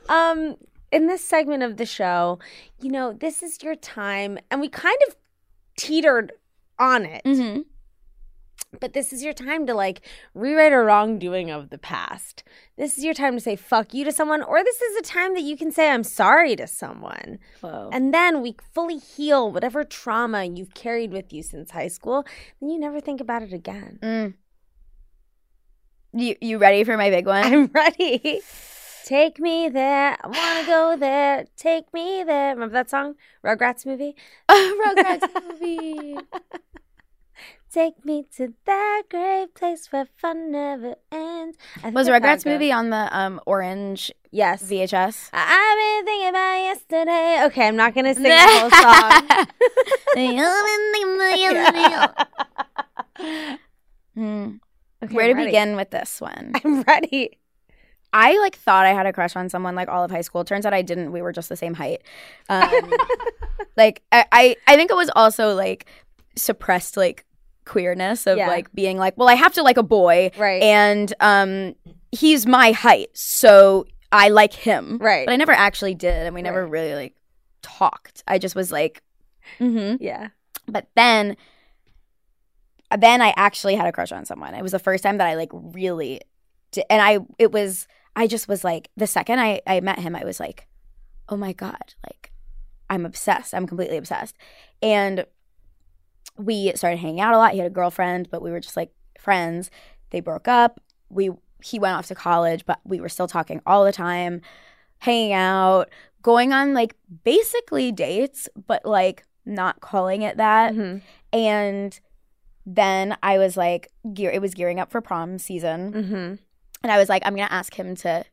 Speaker 2: Um, in this segment of the show, you know, this is your time, and we kind of teetered on it,
Speaker 3: Mm-hmm.
Speaker 2: but this is your time to like rewrite a wrongdoing of the past. This is your time to say fuck you to someone, or this is a time that you can say I'm sorry to someone.
Speaker 3: Whoa.
Speaker 2: And then we fully heal whatever trauma you've carried with you since high school, then you never think about it again.
Speaker 3: Mm. You you ready for my big one?
Speaker 2: I'm ready. Take me there. I want to go there. Take me there. Remember that song? Rugrats movie?
Speaker 3: Rugrats movie.
Speaker 2: Take me to that great place where fun never ends. I think
Speaker 3: Was
Speaker 2: that's how it
Speaker 3: Rugrats
Speaker 2: goes.
Speaker 3: movie on the um orange
Speaker 2: Yes.
Speaker 3: VHS?
Speaker 2: I- I've been thinking about yesterday. Okay, I'm not going to sing the whole song.
Speaker 3: Hmm.
Speaker 2: Okay,
Speaker 3: Where
Speaker 2: I'm
Speaker 3: to
Speaker 2: ready.
Speaker 3: begin with this one?
Speaker 2: I'm ready.
Speaker 3: I like thought I had a crush on someone like all of high school. Turns out I didn't. We were just the same height. Um, like I, I, I think it was also like suppressed like queerness of
Speaker 2: Yeah.
Speaker 3: like being like, well, I have to like a boy,
Speaker 2: Right.
Speaker 3: and um, he's my height, so I like him,
Speaker 2: Right.
Speaker 3: But I never actually did, and we never
Speaker 2: Right.
Speaker 3: really like talked. I just was like, mm-hmm.
Speaker 2: yeah.
Speaker 3: But then, then I actually had a crush on someone. It was the first time that I like really, di- and I it was I just was like the second I I met him I was like, oh my god, like I'm obsessed. I'm completely obsessed, and we started hanging out a lot. He had a girlfriend, but we were just like friends. They broke up. We he went off to college, but we were still talking all the time, hanging out, going on like basically dates, but like not calling it that.
Speaker 2: Mhm.
Speaker 3: And then I was like, gear. It was gearing up for prom season,
Speaker 2: Mhm.
Speaker 3: and I was like, I'm gonna ask him to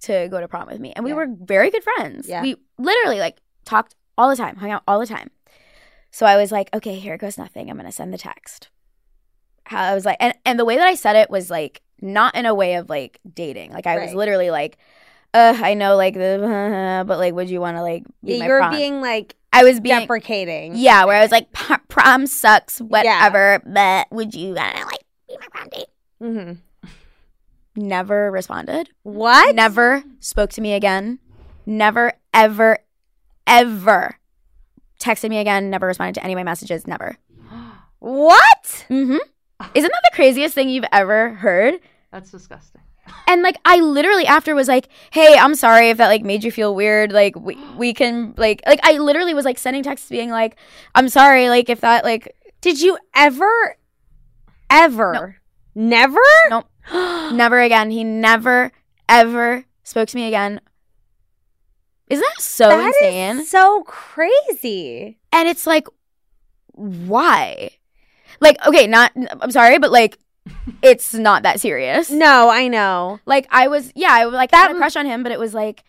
Speaker 3: to go to prom with me. And we
Speaker 2: Yeah.
Speaker 3: were very good friends.
Speaker 2: Yeah.
Speaker 3: We literally like talked all the time, hung out all the time. So I was like, okay, here goes nothing. I'm gonna send the text. How I was like, and and the way that I said it was like not in a way of like dating. Like I was
Speaker 2: Right.
Speaker 3: literally like, uh, I know like the, but like, would you want to like be
Speaker 2: Yeah,
Speaker 3: my
Speaker 2: you're
Speaker 3: prom?
Speaker 2: being like
Speaker 3: I was being
Speaker 2: deprecating.
Speaker 3: yeah, where I was like, "P- prom sucks, whatever. But would you want to like be my prom date?
Speaker 2: Mm-hmm.
Speaker 3: Never responded.
Speaker 2: What?
Speaker 3: Never spoke to me again. Never, ever, ever texted me again. Never responded to any of my messages. Never.
Speaker 2: What?
Speaker 3: Mm-hmm. Isn't that the craziest thing you've ever heard?
Speaker 7: That's disgusting.
Speaker 3: And like, I literally after was like, "Hey, I'm sorry if that like made you feel weird. Like, we we can like like I literally was like sending texts being like, "I'm sorry. Like, if that like
Speaker 2: Did you ever, ever, never?
Speaker 3: Nope. never again. He never ever spoke to me again. Isn't that so
Speaker 2: That is
Speaker 3: insane?
Speaker 2: so crazy.
Speaker 3: And it's like, why? Like, okay, not, I'm sorry, but like, it's not that serious.
Speaker 2: No, I know,
Speaker 3: Like, I was, yeah, I was like, I had
Speaker 2: That-
Speaker 3: a crush on him, but it was like,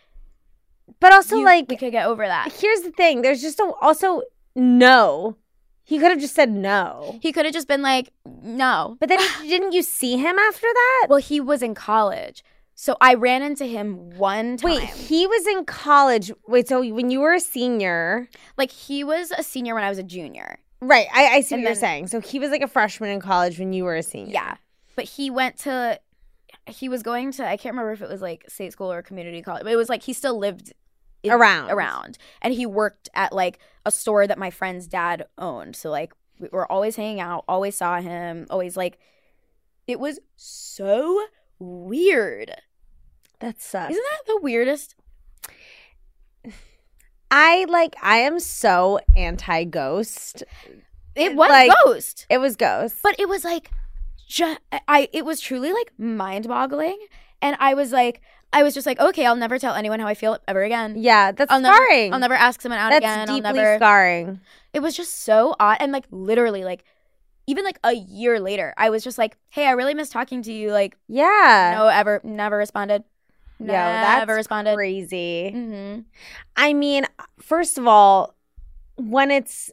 Speaker 2: but also
Speaker 3: you-
Speaker 2: like,
Speaker 3: we could get over that.
Speaker 2: here's the thing. There's just a, also no. He could have just said no.
Speaker 3: He could have just been like, no.
Speaker 2: But then didn't you see him after that?
Speaker 3: Well, he was in college. So I ran into him one time.
Speaker 2: Wait, he was in college. Wait, so when you were a senior,
Speaker 3: Like, he was a senior when I was a junior.
Speaker 2: right? I, I see
Speaker 3: And
Speaker 2: what you're
Speaker 3: then-
Speaker 2: saying. So he was like a freshman in college when you were a senior.
Speaker 3: Yeah. But he went to he was going to I can't remember if it was like state school or community college, but it was like he still lived in-
Speaker 2: Around.
Speaker 3: around. And he worked at like a store that my friend's dad owned. So like we were always hanging out, always saw him, always like it was so weird.
Speaker 2: that sucks.
Speaker 3: Isn't that the weirdest?
Speaker 2: I like. I am so anti ghost.
Speaker 3: It was
Speaker 2: Like-
Speaker 3: ghost.
Speaker 2: It was ghost.
Speaker 3: but it was like ju- i it was truly like mind-boggling and i was like i was just like okay i'll never tell anyone how i feel ever again
Speaker 2: yeah, that's
Speaker 3: I'll never,
Speaker 2: scarring.
Speaker 3: I'll never ask someone out
Speaker 2: That's
Speaker 3: again.
Speaker 2: deeply
Speaker 3: I'll never.
Speaker 2: scarring.
Speaker 3: It was just so odd, and like literally, like even like a year later, I was just like, "Hey, I really miss talking to you." Like,
Speaker 2: Yeah.
Speaker 3: no, ever, never responded.
Speaker 2: Yo,
Speaker 3: Never
Speaker 2: that's
Speaker 3: responded.
Speaker 2: Crazy.
Speaker 3: hmm
Speaker 2: I mean, first of all, when it's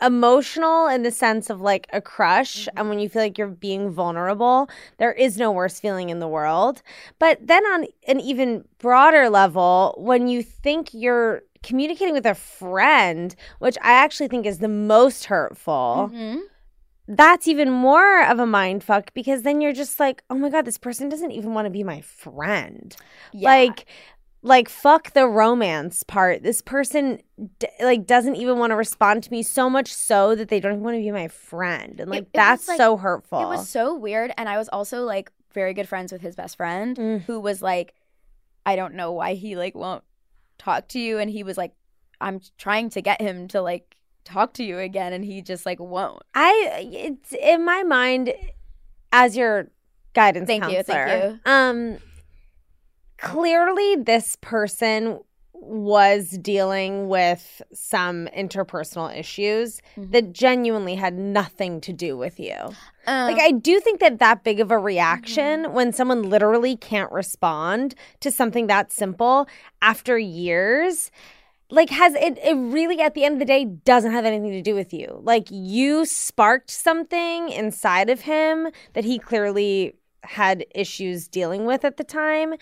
Speaker 2: emotional in the sense of like a crush
Speaker 3: Mm-hmm.
Speaker 2: and when you feel like you're being vulnerable, there is no worse feeling in the world. But then on an even broader level, when you think you're communicating with a friend, which I actually think is the most hurtful,
Speaker 3: hmm
Speaker 2: that's even more of a mind fuck because then you're just like, oh my God, this person doesn't even want to be my friend. Like, like fuck the romance part. This person d- like doesn't even want to respond to me so much so that they don't even want to be my friend. And like
Speaker 3: it was,
Speaker 2: that's
Speaker 3: like-
Speaker 2: so hurtful.
Speaker 3: It was so weird. And I was also like very good friends with his best friend
Speaker 2: Mm.
Speaker 3: who was like, I don't know why he like won't talk to you. And he was like, I'm trying to get him to like talk to you again. And he just like won't.
Speaker 2: I it's in my mind as your guidance
Speaker 3: Thank you,
Speaker 2: counselor.
Speaker 3: thank you.
Speaker 2: Um clearly this person was dealing with some interpersonal issues
Speaker 3: Mm-hmm.
Speaker 2: that genuinely had nothing to do with you.
Speaker 3: Um,
Speaker 2: Like I do think that that big of a reaction when someone literally can't respond to something that simple after years like has it it really at the end of the day doesn't have anything to do with you. Like you sparked something inside of him that he clearly had issues dealing with at the time.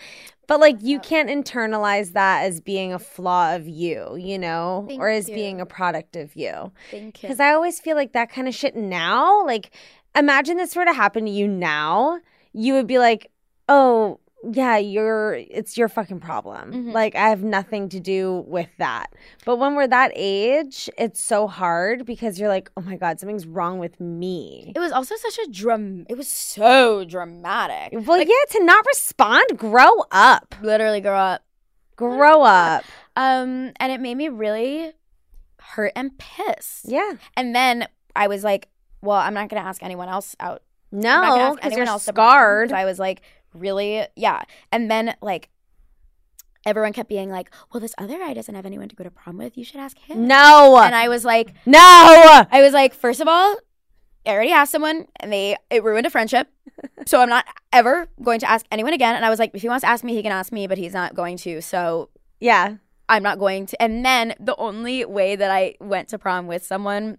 Speaker 2: But like you can't internalize that as being a flaw of you, you know, or as being a product of you.
Speaker 3: Thank
Speaker 2: Because I always feel like that kind of shit now, like, imagine this were to happen to you now, you would be like, oh, yeah, you're, it's your fucking problem.
Speaker 3: Mm-hmm.
Speaker 2: Like, I have nothing to do with that. But when we're that age, it's so hard because you're like, oh my God, something's wrong with me.
Speaker 3: It was also such a drum. It was so dramatic.
Speaker 2: well, yeah, to not respond, grow up.
Speaker 3: Literally, grow up.
Speaker 2: Grow up.
Speaker 3: Um, and it made me really hurt and pissed.
Speaker 2: Yeah.
Speaker 3: And then I was like, well, I'm not gonna ask anyone else out. I'm not
Speaker 2: No,
Speaker 3: gonna ask
Speaker 2: because
Speaker 3: anyone
Speaker 2: you're
Speaker 3: else to perform,
Speaker 2: scarred.
Speaker 3: 'cause I was like, really, yeah. And then like, everyone kept being like, well, this other guy doesn't have anyone to go to prom with. You should ask him.
Speaker 2: No.
Speaker 3: And I was like,
Speaker 2: no.
Speaker 3: I was like, first of all, I already asked someone, and they it ruined a friendship. So I'm not ever going to ask anyone again. And I was like, if he wants to ask me, he can ask me, but he's not going to. So
Speaker 2: Yeah.
Speaker 3: I'm not going to. And then the only way that I went to prom with someone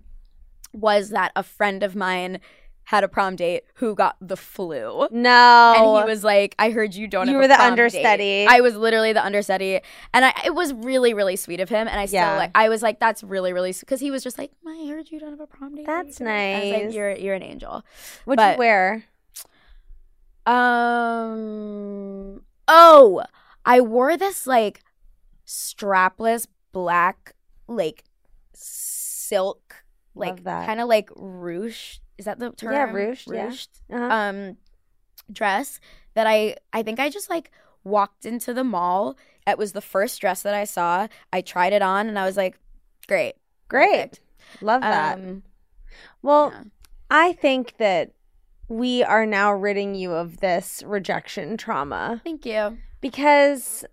Speaker 3: was that a friend of mine had a prom date who got the flu.
Speaker 2: No.
Speaker 3: And he was like, "I heard you don't."
Speaker 2: You
Speaker 3: have
Speaker 2: were
Speaker 3: a
Speaker 2: the
Speaker 3: prom
Speaker 2: understudy.
Speaker 3: date." I was literally the understudy, and I it was really really sweet of him. And I still
Speaker 2: Yeah.
Speaker 3: like I was like, "That's really really," because he was just like, "I heard you don't have a prom date."
Speaker 2: That's
Speaker 3: I was
Speaker 2: nice.
Speaker 3: like, "You're you're an angel."
Speaker 2: What'd you
Speaker 3: but-
Speaker 2: wear?
Speaker 3: Um. Oh, I wore this like strapless black like silk like
Speaker 2: Love that.
Speaker 3: kind of like ruche. Is that the term?
Speaker 2: ruched, yeah. Uh-huh.
Speaker 3: um dress that I I think I just like walked into the mall. It was the first dress that I saw. I tried it on and I was like, great.
Speaker 2: Great. Love that.
Speaker 3: Um
Speaker 2: well,
Speaker 3: yeah.
Speaker 2: I think that we are now ridding you of this rejection trauma
Speaker 3: thank you.
Speaker 2: because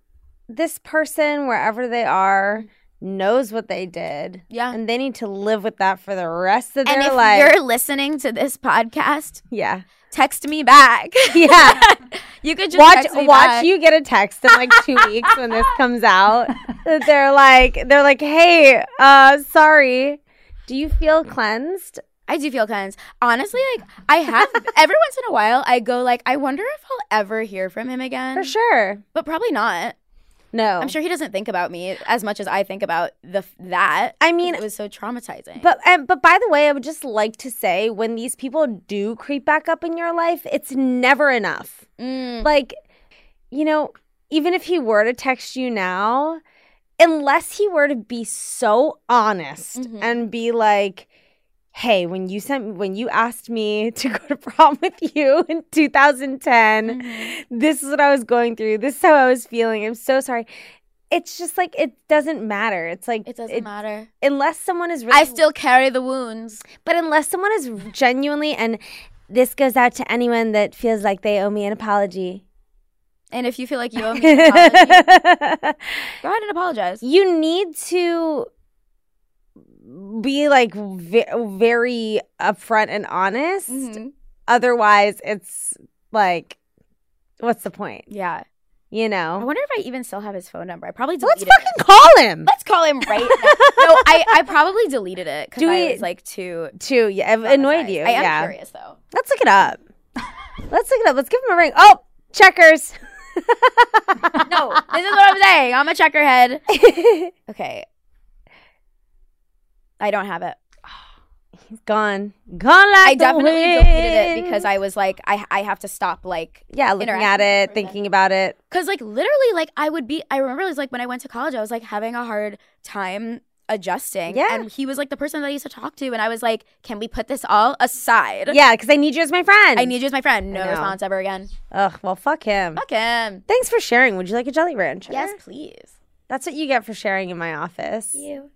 Speaker 2: this person, wherever they are, knows what they did.
Speaker 3: Yeah.
Speaker 2: And they need to live with that for the rest of
Speaker 3: and
Speaker 2: their
Speaker 3: if
Speaker 2: life.
Speaker 3: you're listening to this podcast,
Speaker 2: Yeah.
Speaker 3: text me back.
Speaker 2: Yeah.
Speaker 3: you could just
Speaker 2: watch
Speaker 3: text me
Speaker 2: watch
Speaker 3: back.
Speaker 2: you get a text in like two weeks when this comes out. that They're like they're like, hey, uh, sorry. Do you feel cleansed?
Speaker 3: I do feel cleansed. Honestly, like I have every once in a while I go like I wonder if I'll ever hear from him again.
Speaker 2: For sure.
Speaker 3: But probably not.
Speaker 2: No.
Speaker 3: I'm sure he doesn't think about me as much as I think about the that.
Speaker 2: I mean,
Speaker 3: 'cause it was so traumatizing.
Speaker 2: But um, but by the way, I would just like to say when these people do creep back up in your life, it's never enough.
Speaker 3: Mm,
Speaker 2: Like, you know, even if he were to text you now, unless he were to be so honest
Speaker 3: Mhm.
Speaker 2: and be like, "Hey, when you sent when you asked me to go to prom with you in 2010,
Speaker 3: Mm-hmm.
Speaker 2: this is what I was going through. This is how I was feeling. I'm so sorry." It's just like it doesn't matter. It's like
Speaker 3: it doesn't matter.
Speaker 2: unless someone is really
Speaker 3: I still carry the wounds.
Speaker 2: but unless someone is genuinely, and this goes out to anyone that feels like they owe me an apology,
Speaker 3: And if you feel like you owe me an apology, go ahead and apologize.
Speaker 2: you need to be like ve- very upfront and honest.
Speaker 3: Mhm.
Speaker 2: Otherwise, it's like, what's the point?
Speaker 3: Yeah.
Speaker 2: You
Speaker 3: I
Speaker 2: know?
Speaker 3: wonder if I even still have his phone number. I probably
Speaker 2: Let's
Speaker 3: deleted
Speaker 2: fucking
Speaker 3: it.
Speaker 2: call him.
Speaker 3: Let's call him right now. no, I, I probably deleted it because
Speaker 2: Do
Speaker 3: I
Speaker 2: we-
Speaker 3: was like too
Speaker 2: Too, yeah, I've annoyed
Speaker 3: traumatized.
Speaker 2: you.
Speaker 3: I am
Speaker 2: yeah.
Speaker 3: curious though.
Speaker 2: Let's look it up. Let's look it up. Let's give him a ring. Oh, checkers.
Speaker 3: No, this is what I'm saying. I'm a checkerhead. Okay. I don't have it.
Speaker 2: He's gone. Gone like
Speaker 3: I
Speaker 2: the
Speaker 3: definitely deleted it
Speaker 2: wind.
Speaker 3: because I was like, I I have to stop like
Speaker 2: yeah, looking at
Speaker 3: interacting
Speaker 2: it, thinking about it.
Speaker 3: Cause like literally, like I would be. I remember it was like when I went to college, I was like having a hard time adjusting.
Speaker 2: Yeah.
Speaker 3: And he was like the person that I used to talk to, and I was like, "Can we put this all aside?
Speaker 2: Yeah, because I need you as my friend.
Speaker 3: I need you as my friend." No
Speaker 2: know.
Speaker 3: response ever again.
Speaker 2: Ugh. Well, fuck him.
Speaker 3: Fuck him.
Speaker 2: Thanks for sharing. Would you like a Jelly Rancher?
Speaker 3: Yes, please.
Speaker 2: That's what you get for sharing in my office. You.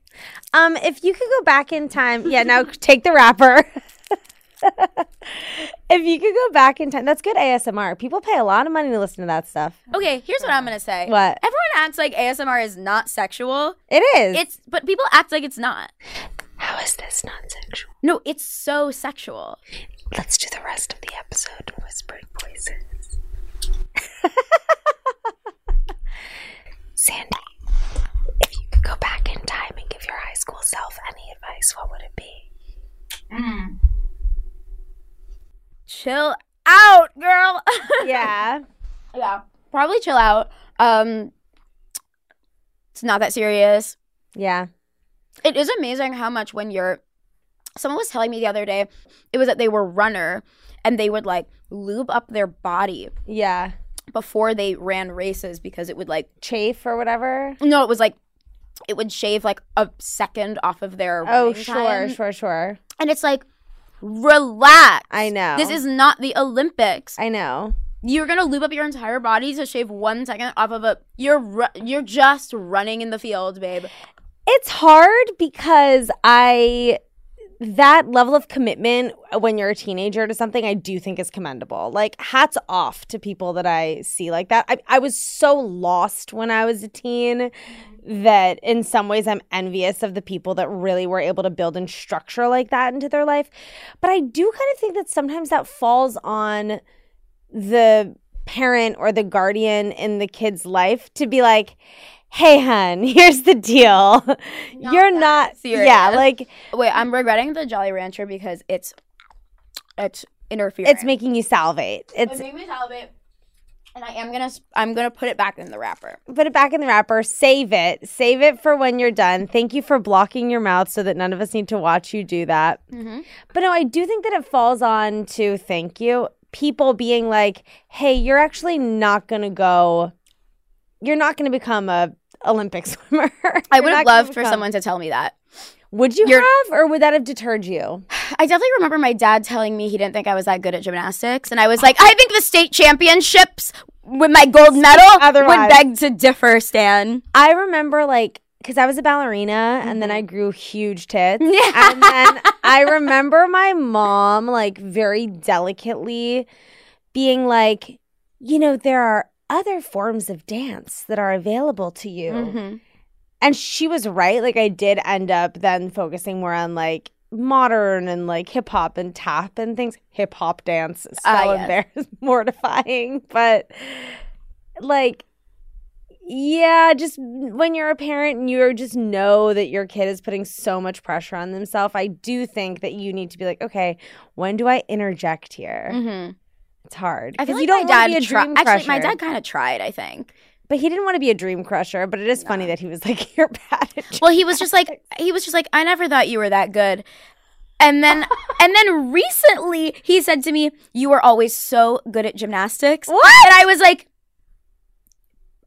Speaker 2: Um, if you could go back in time, yeah. Now take the wrapper. if you could go back in time, that's good ASMR. People pay a lot of money to listen to that stuff.
Speaker 3: Okay, here's what I'm gonna say.
Speaker 2: What?
Speaker 3: Everyone acts like ASMR is not sexual.
Speaker 2: It is.
Speaker 3: It's but people act like it's not.
Speaker 2: how is this not sexual?
Speaker 3: No, it's so sexual.
Speaker 2: Let's do the rest of the episode whispering voices. Sandy, if you could go back in time and give your high school self any advice, what would it be?
Speaker 3: Chill out, girl.
Speaker 2: Yeah.
Speaker 3: yeah. Probably chill out. Um it's not that serious.
Speaker 2: Yeah.
Speaker 3: It is amazing how much when you're someone was telling me the other day, it was that they were runner and they would like lube up their body
Speaker 2: Yeah.
Speaker 3: before they ran races because it would like
Speaker 2: Chafe or whatever.
Speaker 3: no, it was like it would shave like a second off of their
Speaker 2: Oh,
Speaker 3: running
Speaker 2: sure,
Speaker 3: time.
Speaker 2: sure, sure.
Speaker 3: and it's like relax.
Speaker 2: I know.
Speaker 3: This is not the Olympics.
Speaker 2: I know.
Speaker 3: You're gonna lube up your entire body to shave one second off of a. You're ru- you're just running in the field, babe.
Speaker 2: It's hard because I that level of commitment when you're a teenager to something I do think is commendable. Like hats off to people that I see like that. I, I was so lost when I was a teen that in some ways I'm envious of the people that really were able to build and structure like that into their life. But I do kind of think that sometimes that falls on the parent or the guardian in the kid's life to be like, hey hun, here's the deal. You're not
Speaker 3: serious.
Speaker 2: Yeah, like
Speaker 3: Wait, I'm regretting the Jolly Rancher because it's it's interfering.
Speaker 2: it's making you salivate. It's
Speaker 3: making me salivate. And I am gonna s- I'm gonna put it back in the wrapper.
Speaker 2: put it back in the wrapper, save it, save it for when you're done. Thank you for blocking your mouth so that none of us need to watch you do that.
Speaker 3: Mm-hmm.
Speaker 2: But no, I do think that it falls on to thank you people being like, "Hey, you're actually not gonna go. You're not gonna become a Olympic swimmer."
Speaker 3: I
Speaker 2: You're not
Speaker 3: would have
Speaker 2: gonna
Speaker 3: loved for
Speaker 2: become-
Speaker 3: someone to tell me that.
Speaker 2: Would you
Speaker 3: You're-
Speaker 2: have, or would that have deterred you?
Speaker 3: I definitely remember my dad telling me he didn't think I was that good at gymnastics, and I was like, I think the state championships with my gold medal
Speaker 2: Otherwise.
Speaker 3: would beg to differ, Stan.
Speaker 2: I remember like because I was a ballerina and then I grew huge tits. And then I remember my mom like very delicately being like, you know, there are other forms of dance that are available to you.
Speaker 3: Mm-hmm.
Speaker 2: And she was right. Like I did end up then focusing more on like modern and like hip hop and tap and things. Hip hop dance spell in
Speaker 3: Ah, yes.
Speaker 2: there is mortifying, but like yeah, just when you're a parent and you just know that your kid is putting so much pressure on themselves, I do think that you need to be like, okay, when do I interject here?
Speaker 3: Mm-hmm.
Speaker 2: It's hard.
Speaker 3: I
Speaker 2: 'Cause
Speaker 3: feel like
Speaker 2: you don't
Speaker 3: my
Speaker 2: want to
Speaker 3: dad
Speaker 2: be a
Speaker 3: tried.
Speaker 2: dream
Speaker 3: Actually, my
Speaker 2: crusher.
Speaker 3: dad kind of tried. I think.
Speaker 2: but he didn't want to be a dream crusher. But it is funny that he was like, you're bad. At
Speaker 3: Well, he was just like he was just like I never thought you were that good. And then and then recently he said to me, "You were always so good at gymnastics." What? And I was like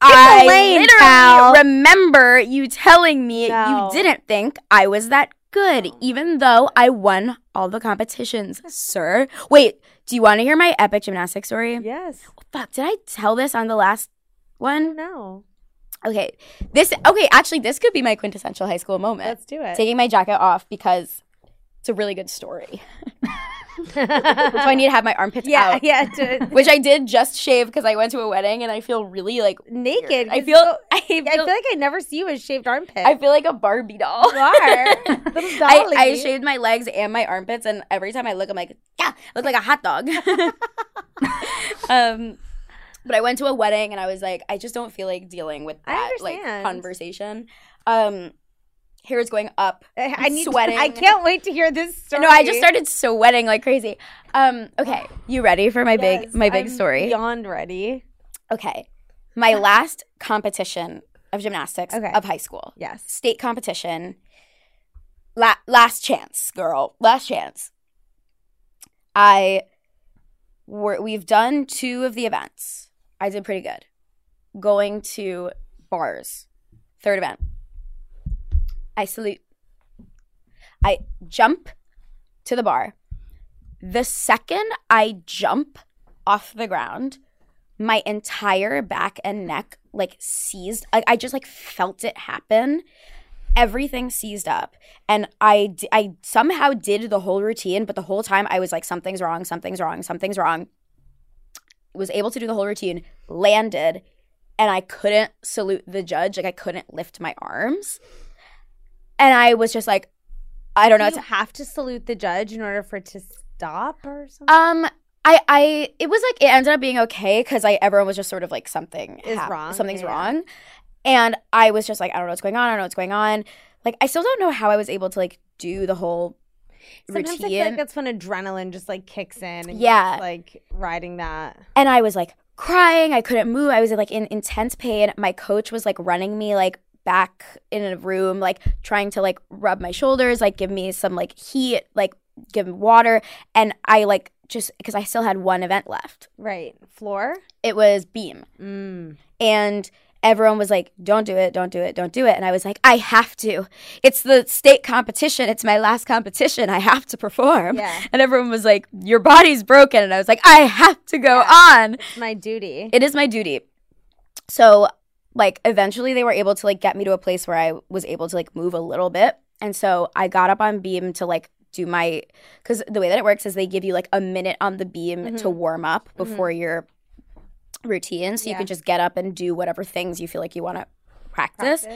Speaker 3: I
Speaker 2: lane,
Speaker 3: literally
Speaker 2: pal."
Speaker 3: remember you telling me
Speaker 2: No.
Speaker 3: you didn't think I was that good, even though I won all the competitions, sir. Wait, do you want to hear my epic gymnastics story?
Speaker 2: yes.
Speaker 3: Fuck, did I tell this on the last one?
Speaker 2: No.
Speaker 3: Okay. This okay, actually this could be my quintessential high school moment.
Speaker 2: Let's do it.
Speaker 3: Taking my jacket off because it's a really good story. so I need to have my armpits
Speaker 2: yeah,
Speaker 3: out.
Speaker 2: yeah. to-
Speaker 3: Which I did just shave because I went to a wedding and I feel really like
Speaker 2: naked.
Speaker 3: I
Speaker 2: 'cause
Speaker 3: feel I
Speaker 2: I feel
Speaker 3: feel,
Speaker 2: like I never see you as shaved armpit.
Speaker 3: I feel like a Barbie doll.
Speaker 2: You are. Little
Speaker 3: I, I
Speaker 2: dolly.
Speaker 3: shaved my legs and my armpits, and every time I look, I'm like, yeah, I look like a hot dog. um, but I went to a wedding, and I was like, I just don't feel like dealing with
Speaker 2: I
Speaker 3: that like
Speaker 2: understand.
Speaker 3: conversation. Um, hair is going up.
Speaker 2: I,
Speaker 3: I'm
Speaker 2: need.
Speaker 3: sweating.
Speaker 2: I can't wait to hear this story.
Speaker 3: No, I just started sweating like crazy. Um, okay, you ready for my big my big
Speaker 2: I'm
Speaker 3: story?
Speaker 2: Beyond ready.
Speaker 3: Okay, my last competition of gymnastics
Speaker 2: Okay.
Speaker 3: of high school,
Speaker 2: Yes.
Speaker 3: state competition. la- last chance, girl, last chance. I we we've done two of the events. I did pretty good. Going to bars. Third event. I salute. I jump to the bar. The second I jump off the ground, my entire back and neck like seized. Like I just like felt it happen. Everything seized up, and I d- I somehow did the whole routine, but the whole time I was like, something's wrong, something's wrong, something's wrong. Was able to do the whole routine, landed, and I couldn't salute the judge. Like I couldn't lift my arms, and I was just like, I don't know.
Speaker 2: Do
Speaker 3: what
Speaker 2: you
Speaker 3: to-
Speaker 2: have to salute the judge in order for it to stop or something?
Speaker 3: Um, I, I, it was like it ended up being okay because I everyone was just sort of like something
Speaker 2: Is wrong,
Speaker 3: something's
Speaker 2: yeah, yeah.
Speaker 3: wrong, and I was just like I don't know what's going on, I don't know what's going on. Like I still don't know how I was able to like do the whole
Speaker 2: Sometimes I
Speaker 3: routine,
Speaker 2: feel like that's when adrenaline just like kicks in. And you're
Speaker 3: Yeah.
Speaker 2: just, like riding that.
Speaker 3: and I was like crying, I couldn't move, I was like in intense pain. My coach was like running me like back in a room, like trying to like rub my shoulders, like give me some like heat, like give me water, and I like just because I still had one event left.
Speaker 2: Right. Floor.
Speaker 3: It was beam.
Speaker 2: Mm.
Speaker 3: and everyone was like don't do it don't do it don't do it and i was like i have to it's the state competition it's my last competition i have to perform
Speaker 2: Yeah.
Speaker 3: and everyone was like your body's broken and i was like i have to go on
Speaker 2: It's my duty.
Speaker 3: it is my duty so like eventually they were able to like get me to a place where i was able to like move a little bit and so i got up on beam to like do my because the way that it works is they give you like a minute on the beam to warm up before your routine so you
Speaker 2: Yeah.
Speaker 3: can just get up and do whatever things you feel like you want to practice.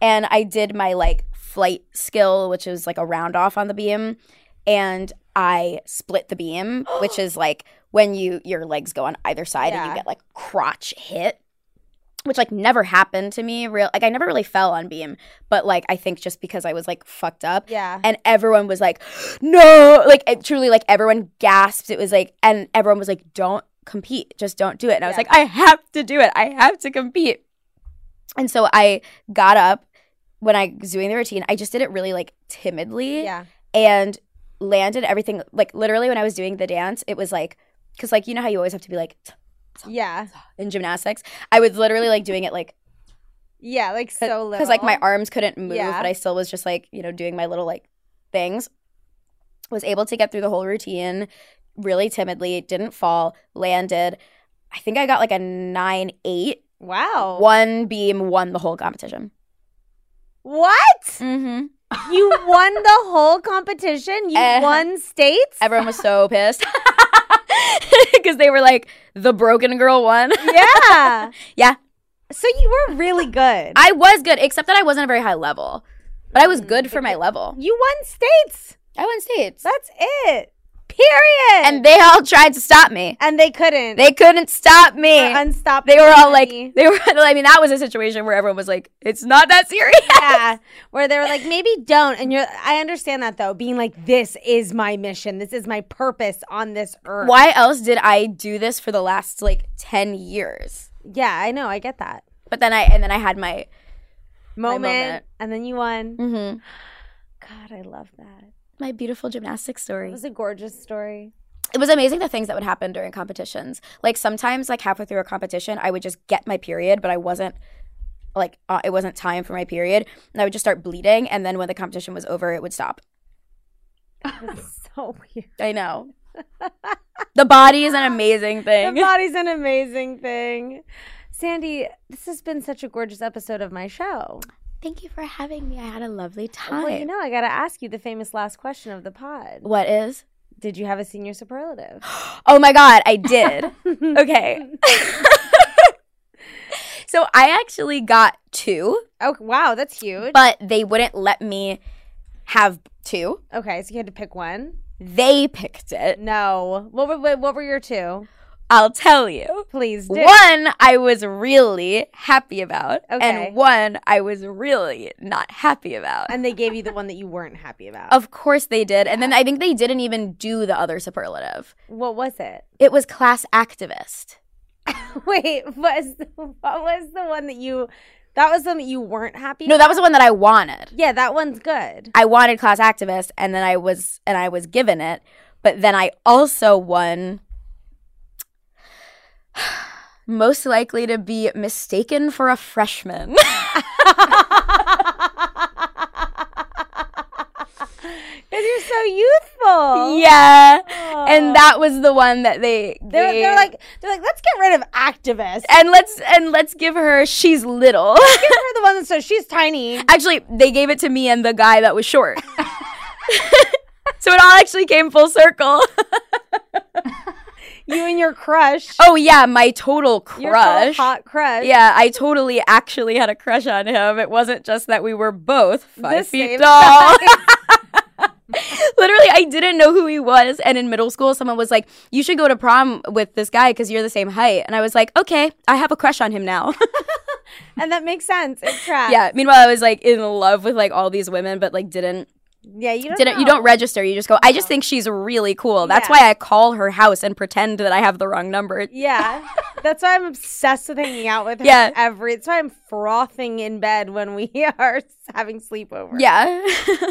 Speaker 3: and i did my like flight skill which is like a round off on the beam and i split the beam which is like when you your legs go on either side and
Speaker 2: Yeah.
Speaker 3: you get like crotch hit which like never happened to me real like i never really fell on beam but like i think just because i was like fucked up
Speaker 2: Yeah.
Speaker 3: and everyone was like no like it, truly like everyone gasped it was like and everyone was like don't compete just don't do it and i was
Speaker 2: Yeah.
Speaker 3: like i have to do it i have to compete and so i got up when i was doing the routine i just did it really like timidly
Speaker 2: yeah.
Speaker 3: and landed everything like literally when i was doing the dance it was like because like you know how you always have to be like t-
Speaker 2: Yeah.
Speaker 3: in gymnastics i was literally like doing it like
Speaker 2: Yeah. Like so little.
Speaker 3: because like my arms couldn't move,
Speaker 2: Yeah.
Speaker 3: but I still was just like you know doing my little like things. Was able to get through the whole routine really timidly. Didn't fall. Landed. I think I got like a nine eight.
Speaker 2: Wow.
Speaker 3: One beam won the whole competition.
Speaker 2: What?
Speaker 3: Mm-hmm.
Speaker 2: you won the whole competition? You
Speaker 3: Uh-huh.
Speaker 2: won states?
Speaker 3: Everyone was so pissed because they were like the broken girl won.
Speaker 2: yeah.
Speaker 3: Yeah.
Speaker 2: So you were really good.
Speaker 3: I was good, except that I wasn't a very high level, but I was good for my level.
Speaker 2: you won states.
Speaker 3: I won states,
Speaker 2: That's it. Period.
Speaker 3: and they all tried to stop me.
Speaker 2: and they couldn't.
Speaker 3: They couldn't stop me.
Speaker 2: were unstoppable.
Speaker 3: they were all like
Speaker 2: honey.
Speaker 3: they were i mean that was a situation where everyone was like it's not that serious
Speaker 2: yeah, where they were like, maybe don't. And you're, I understand that though, being like, this is my mission, this is my purpose on this earth.
Speaker 3: why else did i do this for the last like 10 years
Speaker 2: Yeah, I know, I get that
Speaker 3: but then i and then i had my
Speaker 2: moment,
Speaker 3: moment.
Speaker 2: and then you won.
Speaker 3: mhm,
Speaker 2: God, I love that.
Speaker 3: my beautiful gymnastics
Speaker 2: It
Speaker 3: story
Speaker 2: was a gorgeous story.
Speaker 3: it was amazing the things that would happen during competitions like sometimes like halfway through a competition i would just get my period but i wasn't like uh, it wasn't time for my period and i would just start bleeding and then when the competition was over it would stop
Speaker 2: It's so weird.
Speaker 3: i know the body is an amazing
Speaker 2: The
Speaker 3: thing
Speaker 2: body's an amazing thing. Sandy, this has been such a gorgeous episode of my show.
Speaker 3: thank you for having me i had a lovely time
Speaker 2: Well, you know, Oh, I got to ask you the famous last question of the pod.
Speaker 3: What is?
Speaker 2: Did you have a senior superlative?
Speaker 3: Oh my God, I did. okay. so I actually got two,
Speaker 2: Oh, wow, that's huge.
Speaker 3: but they wouldn't let me have two.
Speaker 2: okay, so you had to pick one.
Speaker 3: They picked it.
Speaker 2: No. What were what were your two?
Speaker 3: I'll tell you.
Speaker 2: Please do.
Speaker 3: One I was really happy about,
Speaker 2: Okay.
Speaker 3: and one I was really not happy about.
Speaker 2: And they gave you the one that you weren't happy about.
Speaker 3: Of course they did. And then I think they didn't even do the other superlative.
Speaker 2: What was it?
Speaker 3: It was class activist.
Speaker 2: Wait, was what was the one that you That was one that you weren't happy.
Speaker 3: No, that was the one that I wanted.
Speaker 2: yeah, that one's good.
Speaker 3: I wanted class activist, and then I was and I was given it, but then I also won. Most likely to be mistaken for a freshman.
Speaker 2: Because you're so youthful.
Speaker 3: yeah, and that was the one that they
Speaker 2: They're,
Speaker 3: gave.
Speaker 2: they're like they're like let's get rid of activists.
Speaker 3: and let's and let's give her. She's little.
Speaker 2: Give her the one that says she's tiny.
Speaker 3: actually, they gave it to me and the guy that was short. so it all actually came full circle.
Speaker 2: You and your crush.
Speaker 3: oh yeah, my total
Speaker 2: Your little
Speaker 3: crush.
Speaker 2: hot crush.
Speaker 3: Yeah, I totally actually had a crush on him. It wasn't just that we were both five
Speaker 2: The
Speaker 3: feet
Speaker 2: same
Speaker 3: tall. Literally, I didn't know who he was. And in middle school, someone was like, You should go to prom with this guy because you're the same height. And I was like, Okay, I have a crush on him now.
Speaker 2: and that makes sense. It tracks.
Speaker 3: yeah. Meanwhile, I was like in love with like all these women, but like didn't
Speaker 2: yeah. You don't
Speaker 3: didn't you
Speaker 2: know.
Speaker 3: don't register. You just go, I just think she's really cool. That's
Speaker 2: Yeah.
Speaker 3: why I call her house and pretend that I have the wrong number.
Speaker 2: Yeah, that's why I'm obsessed with hanging out with her.
Speaker 3: Yeah.
Speaker 2: every. That's why I'm frothing in bed when we are having sleepovers.
Speaker 3: Yeah.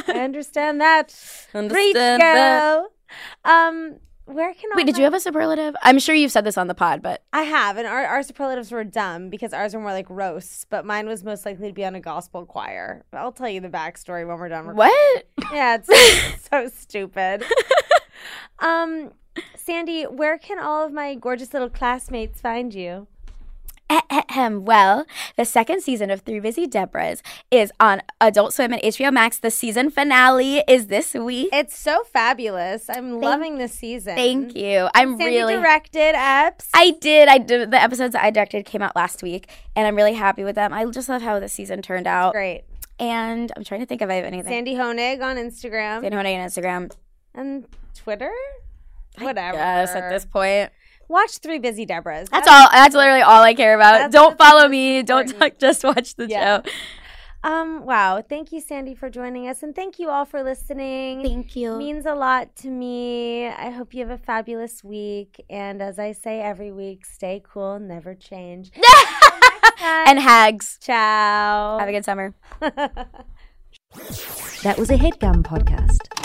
Speaker 2: I understand that.
Speaker 3: Understand
Speaker 2: Preach, girl.
Speaker 3: that.
Speaker 2: Um, where can all
Speaker 3: Wait, did
Speaker 2: my-
Speaker 3: you have a superlative? I'm sure you've said this on the pod, but
Speaker 2: I have, and our, our superlatives were dumb because ours were more like roasts, but mine was most likely to be on a gospel choir. But I'll tell you the backstory when we're done. recording.
Speaker 3: what?
Speaker 2: Yeah, it's so stupid. Um, Sandy, where can all of my gorgeous little classmates find you?
Speaker 3: Ahem. Well, the second season of Three Busy Debras is on Adult Swim and HBO Max. The season finale is this week.
Speaker 2: It's so fabulous. I'm loving this season.
Speaker 3: Thank you. I'm
Speaker 2: Sandy
Speaker 3: really.
Speaker 2: directed Epps.
Speaker 3: I did. I did. The episodes that I directed came out last week, and I'm really happy with them. I just love how this season turned out.
Speaker 2: Great.
Speaker 3: And I'm trying to think if I have anything.
Speaker 2: Sandy Honig on Instagram
Speaker 3: Sandy Honig on Instagram.
Speaker 2: and Twitter. Whatever.
Speaker 3: Yes, at this point.
Speaker 2: Watch Three Busy Debras.
Speaker 3: That's all. That's literally all I care about.
Speaker 2: That's-
Speaker 3: Don't follow me. Don't talk, just watch the
Speaker 2: Yeah.
Speaker 3: show.
Speaker 2: Um, wow. Thank you, Sandy, for joining us. And thank you all for listening.
Speaker 3: Thank you.
Speaker 2: means a lot to me. I hope you have a fabulous week. And as I say every week, stay cool, never change.
Speaker 3: and hags.
Speaker 2: Ciao.
Speaker 3: Have a good summer.
Speaker 4: That was a headgum podcast.